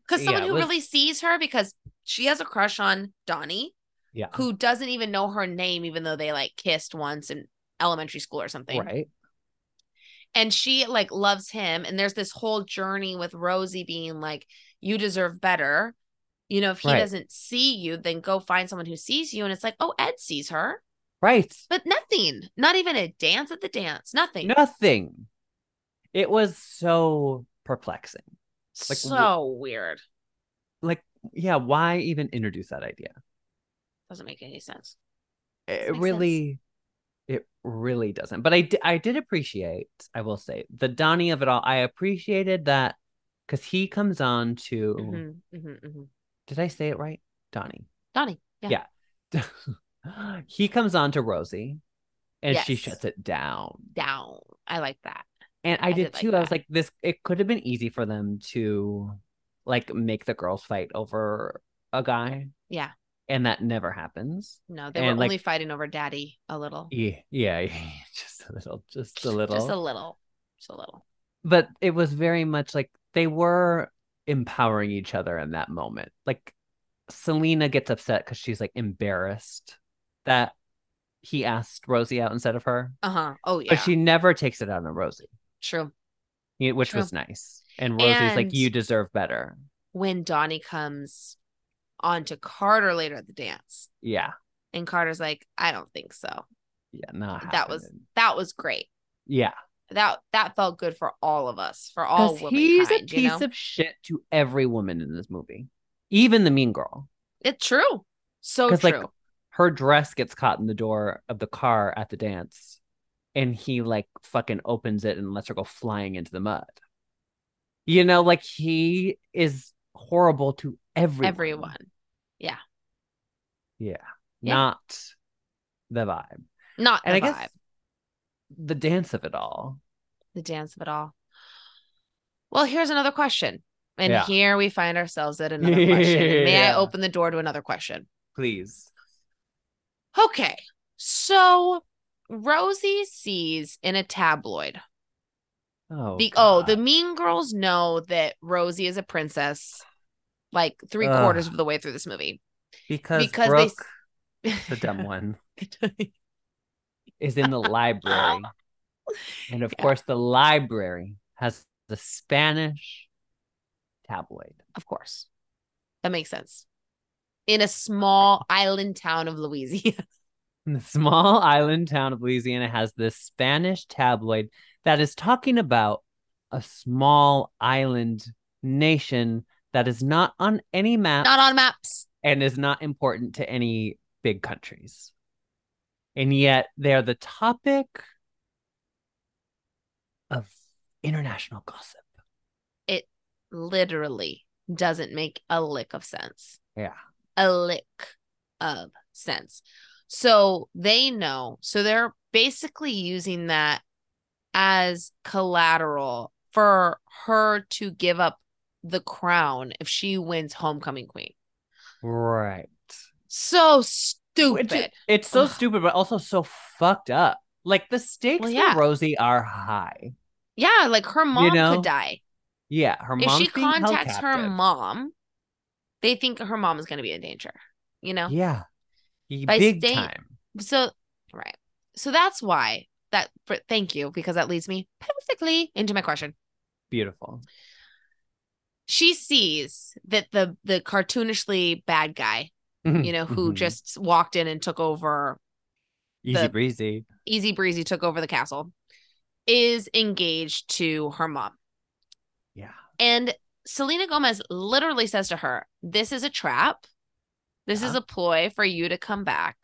B: Because someone who really sees her because she has a crush on Donnie.
A: Yeah.
B: who doesn't even know her name, even though they like kissed once in elementary school or something.
A: Right.
B: And she like loves him. And there's this whole journey with Rosie being like, you deserve better. You know, if he
A: Right.
B: doesn't see you, then go find someone who sees you. And it's like, oh, Ed sees her,
A: Right.
B: but nothing, not even a dance at the dance, nothing.
A: Nothing. It was so perplexing. like,
B: so weird.
A: Like, yeah, why even introduce that idea?
B: Doesn't make any sense.
A: it
B: make sense.
A: really it really doesn't but I di- I did appreciate i will say the donnie of it all i appreciated that because he comes on to
B: Mhm, mhm, mhm.
A: did i say it right donnie
B: Donnie. Yeah.
A: Yeah. he comes on to rosie and she
B: Yes.
A: shuts it down
B: Down. I like that.
A: and i,
B: I
A: did,
B: did like
A: too i was
B: that.
A: like this it could have been easy for them to like make the girls fight over a guy
B: Yeah.
A: and that never happens
B: No, they
A: And,
B: were
A: like-
B: only fighting over daddy a little.
A: yeah yeah, yeah just a little just a little
B: Just a little. Just a little.
A: but it was very much like they were empowering each other in that moment. Like Selena gets upset because she's like embarrassed that he asked Rosie out instead of her,
B: Uh huh. Oh yeah.
A: but she never takes it out on Rosie,
B: True.
A: y- which
B: True.
A: was nice. And Rosie's like,
B: And-
A: "You deserve better."
B: When Donnie comes on to Carter later at the dance,
A: Yeah,
B: and Carter's like, "I don't think so,"
A: Yeah, not
B: That was-
A: happening.
B: That was great.
A: yeah.
B: That that felt good for all of us, for all
A: 'Cause he's a
B: womankind.
A: piece
B: you know,
A: of shit to every woman in this movie, even the mean girl.
B: it's true. So
A: 'Cause,
B: true.
A: like, her dress gets caught in the door of the car at the dance and he like fucking opens it and lets her go flying into the mud you know like he is horrible to everyone
B: Everyone. Yeah.
A: not the vibe
B: Not
A: and
B: the
A: i guess
B: vibe.
A: the dance of it all
B: the dance of it all. Well, here's another question. And
A: Yeah.
B: here we find ourselves at another question. And may I
A: Yeah.
B: open the door to another question?
A: please
B: Okay. So Rosie sees in a tabloid.
A: oh
B: the oh, the
A: God.
B: mean girls know that Rosie is a princess like three
A: Ugh.
B: quarters of the way through this movie.
A: because,
B: because they
A: Brooke,
B: s-
A: the dumb one is in the library. And of
B: Yeah.
A: course, the library has the Spanish tabloid.
B: of course. That makes sense. In a small island town of Louisiana.
A: And the small island town of Louisiana has this Spanish tabloid that is talking about a small island nation that is not on any map
B: Not on maps.
A: and is not important to any big countries. And yet they're the topic of international gossip.
B: literally doesn't make a lick of sense.
A: Yeah.
B: A lick of sense. So they know. So they're basically using that as collateral for her to give up the crown if she wins homecoming queen.
A: Right.
B: So
A: Which
B: stupid.
A: is- it's so
B: Ugh.
A: stupid, but also so fucked up. Like the stakes
B: Well,
A: for
B: yeah.
A: Rosie are high.
B: Yeah, like her mom
A: know,
B: could die.
A: Yeah, her
B: If
A: mom.
B: she contacts her mom, they think her mom is going to be in danger, you know?
A: yeah, Y-
B: By
A: big
B: state-
A: time.
B: So, right. So that's why that, but thank you, because that leads me perfectly into my question.
A: Beautiful.
B: She sees that the the cartoonishly bad guy, you know, who
A: Mhm.
B: just walked in and took over
A: easy
B: the-
A: breezy.
B: easy breezy took over the castle, is engaged to her mom.
A: Yeah,
B: And Selena Gomez literally says to her, This is a trap. This is
A: Yeah.
B: a ploy for you to come back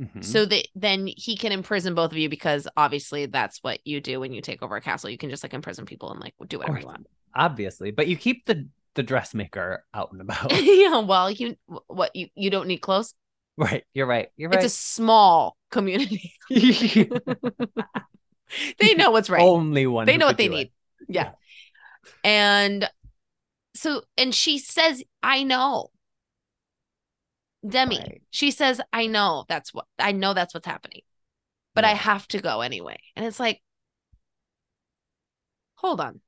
A: Mhm.
B: so that then he can imprison both of you because obviously that's what you do when you take over a castle. You can just like imprison people and like do whatever you
A: course.
B: want.
A: obviously, but you keep the the dressmaker out and about.
B: yeah, well, you what you you don't need clothes.
A: right, you're right. You're right.
B: It's a small community. they know what's right.
A: Only Oh, one.
B: they
A: who
B: know
A: could
B: what they
A: do it.
B: need. Yeah. And so and she says, "I know." Demi.
A: Right.
B: She says, "I know that's what I know that's what's happening." but I
A: Yeah.
B: have to go anyway. And it's like, hold on.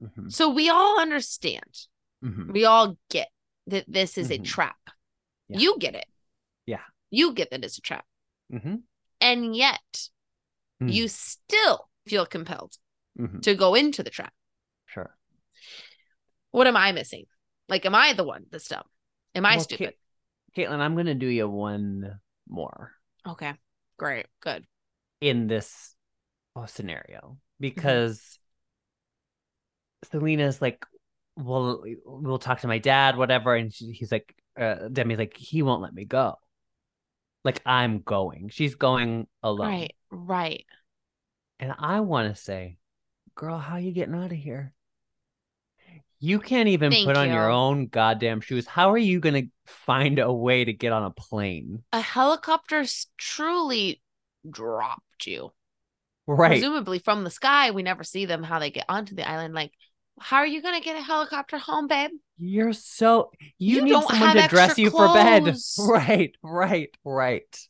A: Mhm,
B: So we all understand,
A: mhm.
B: we all get that this is a
A: Mhm.
B: trap.
A: Yeah.
B: You get it.
A: Yeah.
B: You get that it's a trap.
A: Mhm,
B: And yet
A: Mm.
B: you still feel compelled
A: mhm.
B: to go into the trap.
A: Sure.
B: What am I missing? Like, am I the one that's dumb? Am I
A: Well,
B: stupid?
A: Ca- Caitlin, I'm gonna do you one more.
B: okay. Great. Good.
A: in this whole scenario
B: Mm-hmm.
A: because Selena's like, "Well, we'll talk to my dad, whatever," and she, he's like, uh, "Demi's like, he won't let me go. Like, I'm going. She's going alone."
B: Right. Right.
A: And I want to say, "Girl, how you getting out of here? You can't even
B: Thank
A: put on your
B: you.
A: own goddamn shoes. How are you gonna find a way to get on a plane?"
B: A helicopter's truly dropped you.
A: Right.
B: presumably from the sky. We never see them how they get onto the island. Like, how are you gonna get a helicopter home, babe?
A: You're so you,
B: You
A: need
B: don't
A: someone to
B: have
A: dress
B: extra
A: you for bed.
B: clothes.
A: Right, right, right.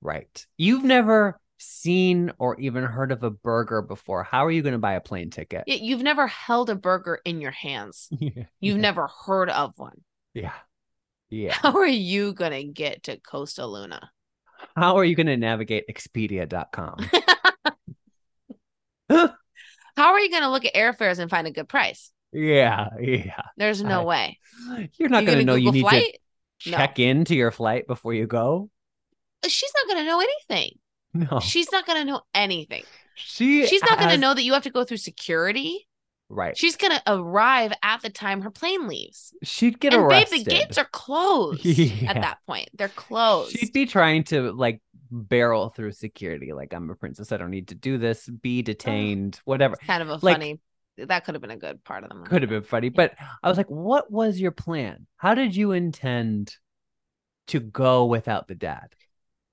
A: Right. You've never seen or even heard of a burger before. How are you going to buy a plane ticket?
B: Y- You've never held a burger in your hands.
A: Yeah.
B: You've
A: yeah.
B: never heard of one.
A: Yeah. Yeah.
B: How are you gonna get to Costa Luna?
A: How are you going to navigate expedia.com?
B: How are you gonna look at airfares and find a good price?
A: yeah, yeah.
B: There's no
A: I-
B: way.
A: You're not
B: You
A: going to know you
B: Google
A: need
B: flight?
A: to check into your flight before you go.
B: uh, she's not going to know anything.
A: No,
B: She's not going to know anything.
A: she
B: She's not going to
A: has-
B: know that you have to go through security.
A: Right,
B: She's going to arrive at the time her plane leaves.
A: she'd get
B: and
A: arrested.
B: babe, the gates are closed
A: Yeah.
B: at that point. They're closed.
A: She'd be trying to like barrel through security, like I'm a princess, I don't need to do this, be detained, whatever.
B: kind of a
A: like-
B: funny. That could have been a good part of the movie.
A: Could have been funny, but I was like, what was your plan? How did you intend to go without the dad?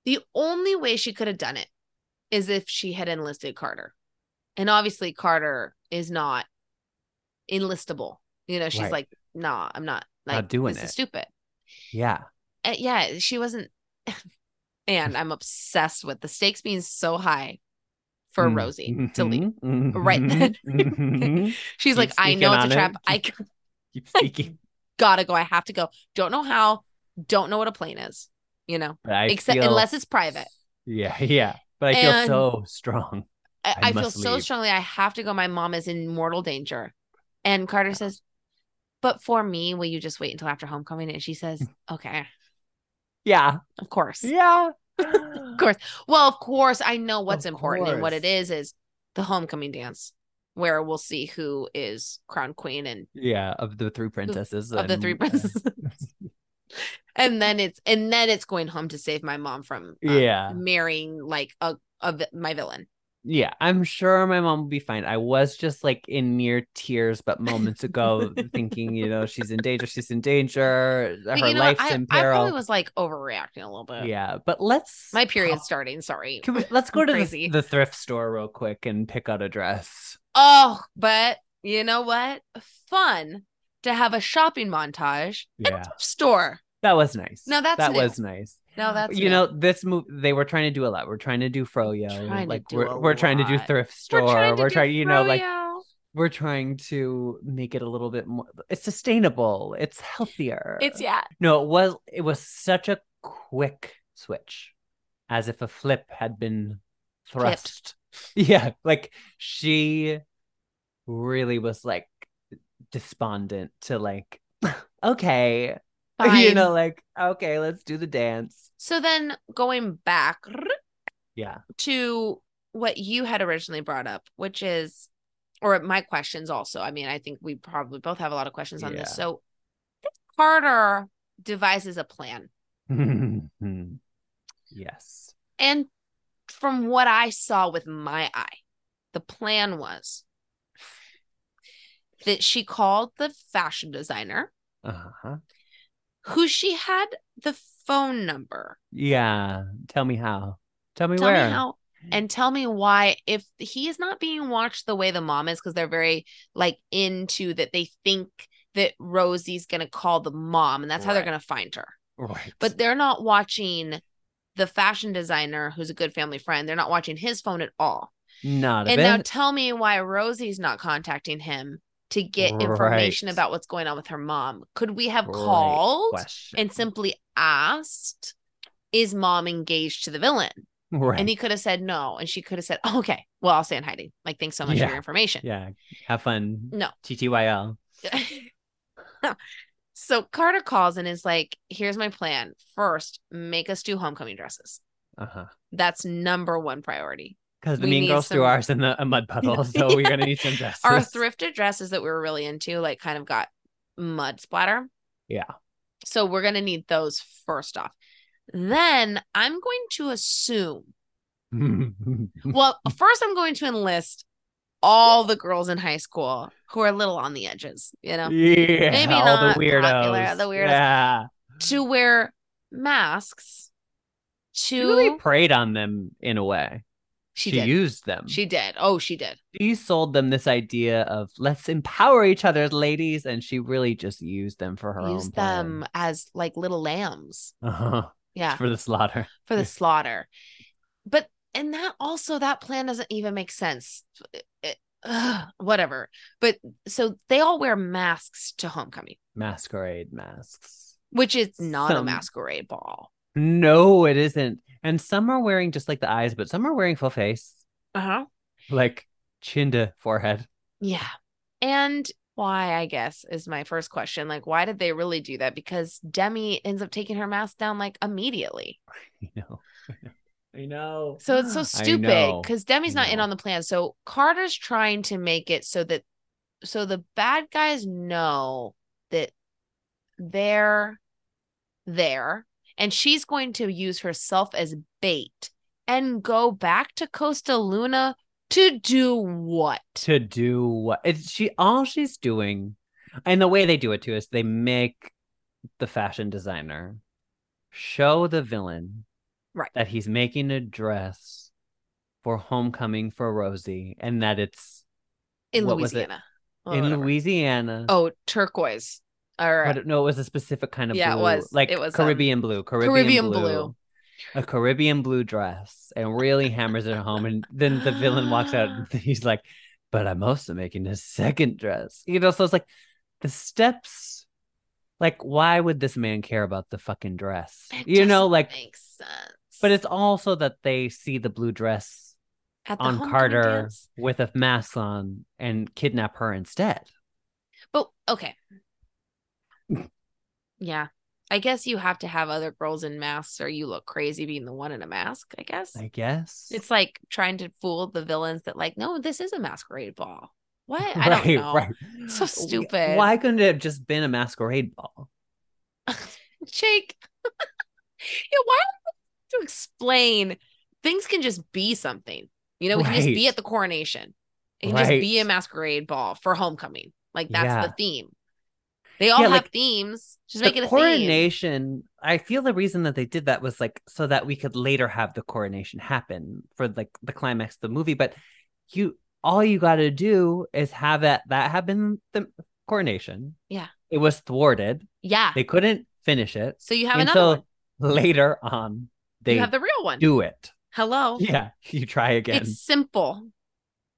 B: The only way she could have done it is if she had enlisted Carter. And obviously, Carter is not enlistable. You know, she's
A: Right.
B: like, nah, I'm not.
A: Not
B: Like,
A: doing
B: this is
A: it.
B: stupid.
A: Yeah,
B: Uh, yeah, she wasn't. and I'm obsessed with the stakes being so high for
A: Mm,
B: Rosie to leave.
A: mhm,
B: Right then.
A: mhm.
B: She's
A: Keep
B: like, I
A: sneaking
B: know it's a
A: on it.
B: trap. I
A: Keep speaking.
B: gotta go. I have to go. Don't know how. Don't know what a plane is. You know,
A: But I
B: except
A: feel-
B: unless it's private.
A: Yeah, yeah. But I feel
B: And-
A: so strong.
B: I,
A: I
B: I feel
A: must
B: so
A: leave.
B: strongly I have to go. My mom is in mortal danger. And Carter
A: Uh-huh.
B: says, But for me, will you just wait until after homecoming? And she says, Okay,
A: Yeah.
B: of course.
A: Yeah.
B: Well, of course, I know what's
A: Of
B: important. And what it
A: course.
B: is is the homecoming dance, where we'll see who is crowned queen and
A: yeah, of the three princesses.
B: of the three
A: and- uh, and-
B: princesses. and then it's and then it's going home to save my mom from um,
A: Yeah.
B: marrying like a, a vi- my villain.
A: Yeah, I'm sure my mom will be fine. I was just like in near tears, but moments ago, thinking, you know, she's in danger, she's in danger,
B: But
A: her
B: you know,
A: life's
B: I,
A: in
B: I probably
A: peril.
B: was like overreacting a little bit.
A: yeah, Oh. but let's
B: My period's starting. Sorry.
A: Can we, let's go to
B: Crazy.
A: the, the thrift store real quick and pick out a dress.
B: Oh, but you know what? Fun to have a shopping montage
A: Yeah,
B: store.
A: that was nice.
B: No, that's
A: that
B: new.
A: was nice.
B: No, that's
A: you know this movie. They were trying to do a lot. We're trying to do Froyo.
B: trying to
A: like
B: do
A: we're
B: a
A: we're trying to do
B: lot.
A: thrift store. We're trying, you know, like
B: Froyo.
A: we're trying to make it a little bit more. It's sustainable. It's healthier.
B: it's yeah.
A: No, it was it was such a quick switch, as if a flip had been
B: Flipped.
A: thrust. Yeah, like she really was like despondent to like, okay, you
B: fine.
A: know, like okay, let's do the dance.
B: So then going back
A: Yeah.
B: to what you had originally brought up, which is or my questions also. I mean, I think we probably both have a lot of questions on
A: Yeah.
B: this. So Carter devises a plan.
A: yes.
B: And from what I saw with my eye, the plan was that she called the fashion designer
A: Uh huh.
B: who she had the phone number.
A: Yeah. Tell me how. Tell me
B: Tell
A: where.
B: me how and tell me why if he is not being watched the way the mom is because they're very like into that they think that Rosie's going to call the mom and that's how they're
A: Right.
B: going to find her.
A: Right.
B: but they're not watching the fashion designer who's a good family friend. They're not watching his phone at all.
A: not a
B: And
A: bit.
B: now tell me why Rosie's not contacting him to get information
A: Right.
B: about what's going on with her mom. Could we have
A: Great
B: called
A: question.
B: and simply asked, is mom engaged to the villain?
A: right.
B: And he could have said no. And she could have said, "Oh, okay, well, I'll stay in hiding. Like, thanks so much
A: Yeah.
B: for your information.
A: yeah. Have fun.
B: No.
A: TTYL.
B: so Carter calls and is like, here's my plan. First, make us do homecoming dresses.
A: Uh huh.
B: That's number one priority.
A: Because the
B: We
A: mean
B: need
A: girls threw
B: some-
A: ours in the a mud puddle, so we're gonna need some dresses.
B: Our thrifted dresses that we were really into, like, kind of got mud splatter.
A: Yeah.
B: So we're going to need those first off. Then I'm going to assume, well, first, I'm going to enlist all the girls in high school who are a little on the edges, you know,
A: yeah,
B: Maybe
A: all
B: not
A: the
B: popular,
A: weirdos.
B: the weirdos.
A: Yeah,
B: to wear masks.
A: she
B: To
A: really preyed on them in a way.
B: she,
A: she
B: did.
A: used them.
B: She did. Oh, she did.
A: she sold them this idea of let's empower each other as ladies, and she really just used them for her own.
B: Use them as like little lambs.
A: plan. Uh-huh.
B: Yeah.
A: for the slaughter.
B: For the slaughter. But and that also that plan doesn't even make sense. It- it- ugh, whatever. But so they all wear masks to homecoming,
A: Masquerade masks.
B: which is not a
A: Some-
B: masquerade ball.
A: No, it isn't. And some are wearing just like the eyes, but some are wearing full face,
B: Uh-huh.
A: like chin to forehead.
B: Yeah. And why, I guess, is my first question. Like, why did they really do that? Because Demi ends up taking her mask down like immediately.
A: I know. Ah, I know.
B: So it's so stupid
A: know.
B: because Demi's not in
A: know.
B: on the plan. So Carter's trying to make it so that so the bad guys know that they're there and she's going to use herself as bait and go back to Costa Luna to do what?
A: to do what it's she all she's doing and the way they do it too is they make the fashion designer show the villain
B: Right.
A: that he's making a dress for homecoming for Rosie and that it's
B: in
A: what was it?
B: Louisiana. Or
A: in
B: Oh, whatever.
A: Louisiana.
B: Oh, turquoise. Or
A: But no, it was a specific kind of
B: Yeah, it
A: blue,
B: was.
A: like
B: It was, um,
A: Caribbean blue, Caribbean,
B: Caribbean
A: blue,
B: blue.
A: a Caribbean blue dress, and really hammers it home. And then the villain walks out, and he's like, "But I'm also making a second dress," you know. So it's like the steps. Like, why would this man care about the fucking dress?
B: That
A: you know,
B: doesn't
A: like,
B: makes sense.
A: but it's also that they see the blue dress
B: At the
A: on
B: homecoming
A: Carter
B: dance?
A: with a mask on and kidnap her instead.
B: But okay. yeah. I guess you have to have other girls in masks or you look crazy being the one in a mask, I guess.
A: I guess
B: it's like trying to fool the villains that like, no, this is a masquerade ball. What? I
A: right,
B: don't know.
A: Right.
B: So stupid.
A: Why couldn't it have just been a masquerade ball?
B: Jake. yeah, why do we have to explain things can just be something? You know, we can just be
A: Right.
B: at the coronation. It can just be a
A: Right.
B: masquerade ball for homecoming. Like that's
A: Yeah.
B: the theme. They all
A: Yeah,
B: have
A: like,
B: themes. Just
A: the
B: make it a theme.
A: coronation. I feel the reason that they did that was like so that we could later have the coronation happen for like the climax of the movie. But you, all you got to do is have that that happen. The coronation.
B: Yeah.
A: It was thwarted.
B: Yeah.
A: They couldn't finish it.
B: So you have
A: and
B: another
A: so
B: one.
A: later on, they
B: you have the real one.
A: do it.
B: Hello.
A: Yeah. You try again.
B: It's simple.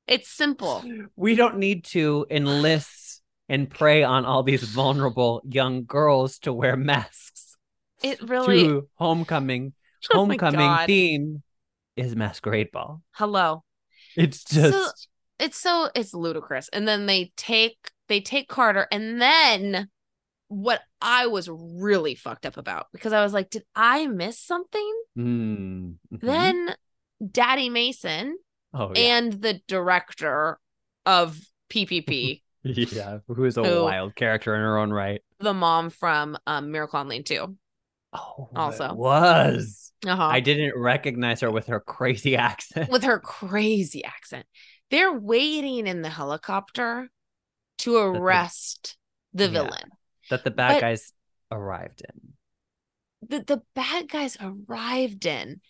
B: It's simple.
A: we don't need to enlist and prey on all these vulnerable young girls to wear masks
B: It really
A: to homecoming.
B: Oh my
A: homecoming
B: God.
A: theme is masquerade ball.
B: Hello.
A: It's
B: So-
A: just
B: It's so it's ludicrous. And then they take they take Carter and then what I was really fucked up about because I was like, did I miss something?
A: Mm, mhm.
B: Then Daddy Mason
A: oh yeah,
B: and the director of PPP,
A: yeah, who is a
B: who-
A: wild character in her own right.
B: the mom from um, Miracle on Lane 2.
A: Oh, it
B: Also.
A: was
B: Uh-huh.
A: I didn't recognize her with her crazy accent.
B: with her crazy accent. They're waiting in the helicopter to arrest the,
A: Yeah.
B: villain.
A: that the bad
B: but-
A: guys arrived in.
B: The the bad guys arrived in.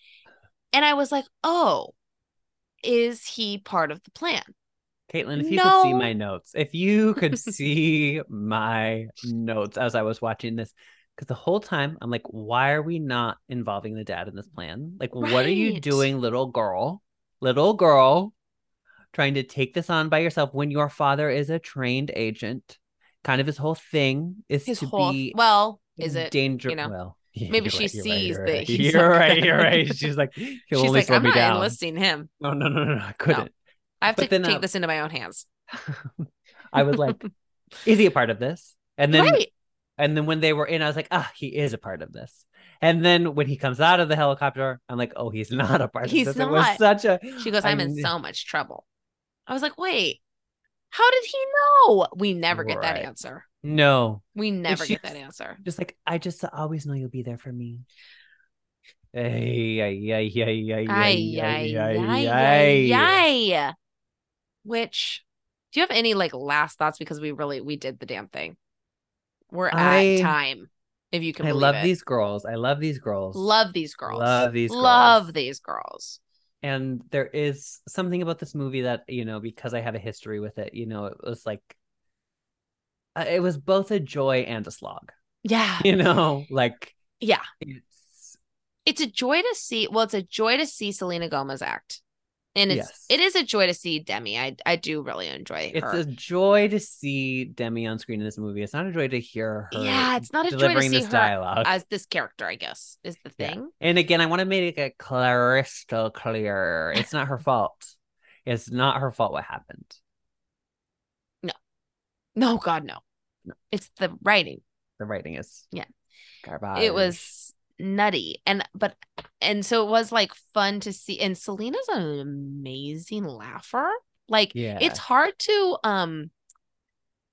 B: And I was like, "Oh, is he part of the plan?"
A: Caitlin, if you could see
B: No.
A: my notes, if you could see my notes as I was watching this, because the whole time I'm like, why are we not involving the dad in this plan? Like, what are you
B: Right.
A: doing, little girl? Little girl, trying to take this on by yourself when your father is a trained agent. Kind of his whole thing is
B: His
A: to
B: whole
A: be
B: well, is it?
A: danger.
B: know?
A: well,
B: Maybe she sees that he's
A: You're
B: not
A: right.
B: gonna-
A: You're right. She's like, he'll
B: She's
A: only
B: like,
A: slow
B: "I'm
A: me
B: not
A: down.
B: enlisting him.
A: No, no, no, no, no. I couldn't.
B: I have
A: But
B: to
A: then,
B: take
A: uh,
B: this into my own hands."
A: I was like, is he a part of this? And then
B: right.
A: and then when they were in, I was like, ah, he is a part of this. And then when he comes out of the helicopter, I'm like, oh, he's not a part
B: He's
A: of this. It was
B: not.
A: such a
B: She goes, "I'm
A: I
B: in
A: kn-
B: so much trouble." I was like, "Wait. How did he know?" We never get that
A: Right.
B: answer.
A: No.
B: We never
A: she-
B: get that answer.
A: Just like I just always know you'll be there for me. Ay, ay, ay, ay, ay, ay,
B: Ay, ay,
A: ay,
B: ay,
A: ay,
B: ay, ay. Which do you have any like last thoughts? Because we really we did the damn thing. We're at
A: I-
B: time. If you can
A: I
B: believe
A: love
B: it.
A: these girls. I love these girls.
B: Love these girls.
A: Love these
B: Love
A: girls.
B: these girls.
A: and there is something about this movie that you know because i have a history with it you know it was like uh, it was both a joy and a slog
B: Yeah.
A: you know like
B: Yeah.
A: it's
B: It's a joy to see. Well, it's a joy to see Selena Gomez act. And it's
A: Yes.
B: it is a joy to see Demi. I I do really enjoy
A: it's
B: her.
A: a joy to see demi on screen in this movie it's not a joy to hear her
B: yeah, it's not a joy to
A: delivering
B: see
A: this
B: her
A: dialogue
B: as this character, I guess, is the
A: Yeah.
B: thing.
A: and again i want to make it crystal clear it's not her fault it's not her fault what happened
B: No, God, no.
A: No.
B: It's the writing.
A: The writing is
B: Yeah.
A: garbage.
B: It was nutty. And but and so it was like fun to see. And Selena's an amazing laugher. Like
A: yeah,
B: it's hard to um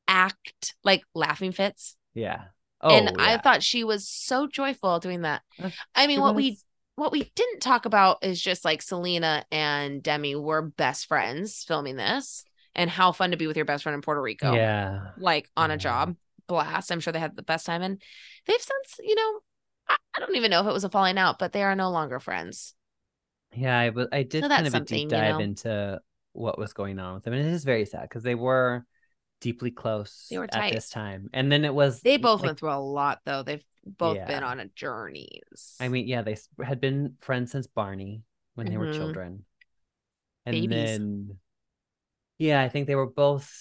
B: act like laughing fits.
A: yeah. Oh,
B: and I
A: yeah.
B: thought she was so joyful doing that.
A: Uh,
B: I mean,
A: She
B: what we
A: was-
B: what we didn't talk about is just like Selena and Demi were best friends filming this and how fun to be with your best friend in Puerto Rico.
A: yeah.
B: Like on
A: Yeah.
B: a job blast. I'm sure they had the best time. And they've since, you know, I, I don't even know if it was a falling out, but they are no longer friends.
A: Yeah, I, w- I did
B: that's
A: kind of a
B: something, you
A: deep dive
B: know.
A: into what was going on with them, and it is very sad because they were deeply close
B: They were
A: at this time, and then it was
B: They both
A: like,
B: went through a lot though. They've both been
A: Yeah.
B: on a journeys.
A: I mean, yeah, they s- had been friends since Barney when they were
B: Mhm.
A: children, and
B: Babies.
A: then yeah, I think they were both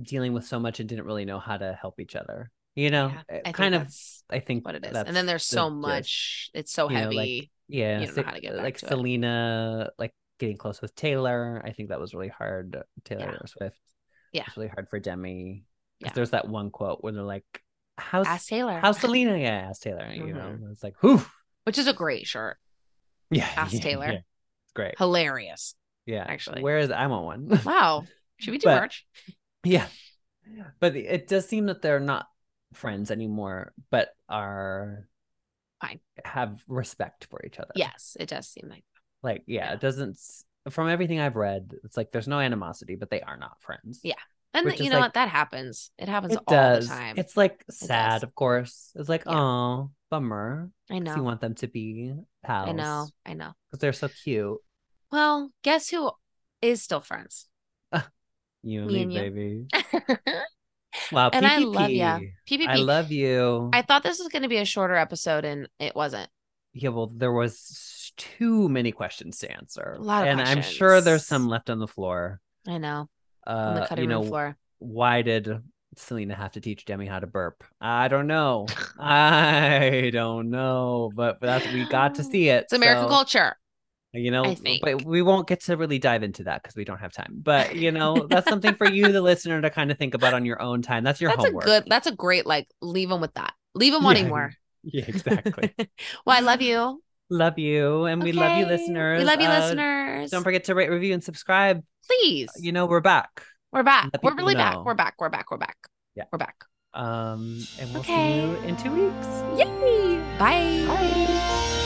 A: dealing with so much and didn't really know how to help each other. You know, Uh,
B: Yeah, I think
A: kind of.
B: that's
A: I think
B: what it is.
A: that's
B: and then there's
A: the
B: so
A: gist.
B: much. It's so
A: you know, like-
B: heavy.
A: Yeah,
B: you don't know how to get back
A: like
B: to it.
A: Selena, like getting close with Taylor. I think that was really hard. Taylor Swift.
B: Yeah.
A: it's really hard for Demi. 'Cause
B: Yeah.
A: there's that one quote where they're like, "How's
B: Ask Taylor. Mm-hmm.
A: how's Selena?" Yeah, ask Taylor. You know, it's like, whew.
B: Which is a great shirt.
A: Yeah,
B: Ask
A: yeah,
B: Taylor.
A: yeah. It's great.
B: Hilarious.
A: Yeah,
B: actually.
A: where is I want one?
B: Wow. Should we do
A: But-
B: merch?
A: yeah, but it does seem that they're not friends anymore, but are
B: Fine.
A: have respect for each other.
B: Yes, it does seem like
A: Like, yeah,
B: Yeah.
A: it doesn't. s- From everything I've read, it's like there's no animosity, but they are not friends.
B: Yeah, and
A: Which
B: you
A: is
B: know
A: like-
B: what? That happens. It happens
A: It
B: all
A: does.
B: the time.
A: It's like sad,
B: does.
A: of course. It's like,
B: Yeah.
A: oh, bummer.
B: I
A: 'cause You
B: know.
A: want them to be pals.
B: I know. I know.
A: Because they're so cute.
B: Well, guess who is still friends?
A: You and
B: Me
A: me,
B: and you.
A: baby.
B: PPP.
A: Wow.
B: And I love
A: PPP.
B: ya.
A: I love you.
B: I thought this was going to be a shorter episode, and it wasn't.
A: yeah, well, there was too many questions to answer.
B: A lot of
A: and I'm sure there's
B: questions.
A: some left on the floor.
B: I know. On the
A: Uh,
B: cutting
A: you know,
B: room floor.
A: why did Selena have to teach Demi how to burp? I don't know. I don't know. But that's we got to see it.
B: It's American
A: so-
B: culture.
A: you know
B: I
A: but
B: think.
A: we won't get to really dive into that because we don't have time but you know that's something for you the listener to kind of think about on your own time that's your
B: That's
A: homework
B: a good. That's a great. Like, leave them with that. Leave them wanting
A: Yeah,
B: more.
A: yeah exactly
B: well, I love you.
A: love you and we love you
B: Okay.
A: listeners
B: We love you,
A: Uh,
B: listeners.
A: don't forget to rate review and subscribe
B: Please.
A: you know we're back
B: We're back.
A: Let
B: We're
A: people
B: really
A: know.
B: back. We're back. We're back. We're back.
A: Yeah.
B: We're back.
A: um and we'll
B: Okay.
A: see you in two weeks
B: Yay. Bye.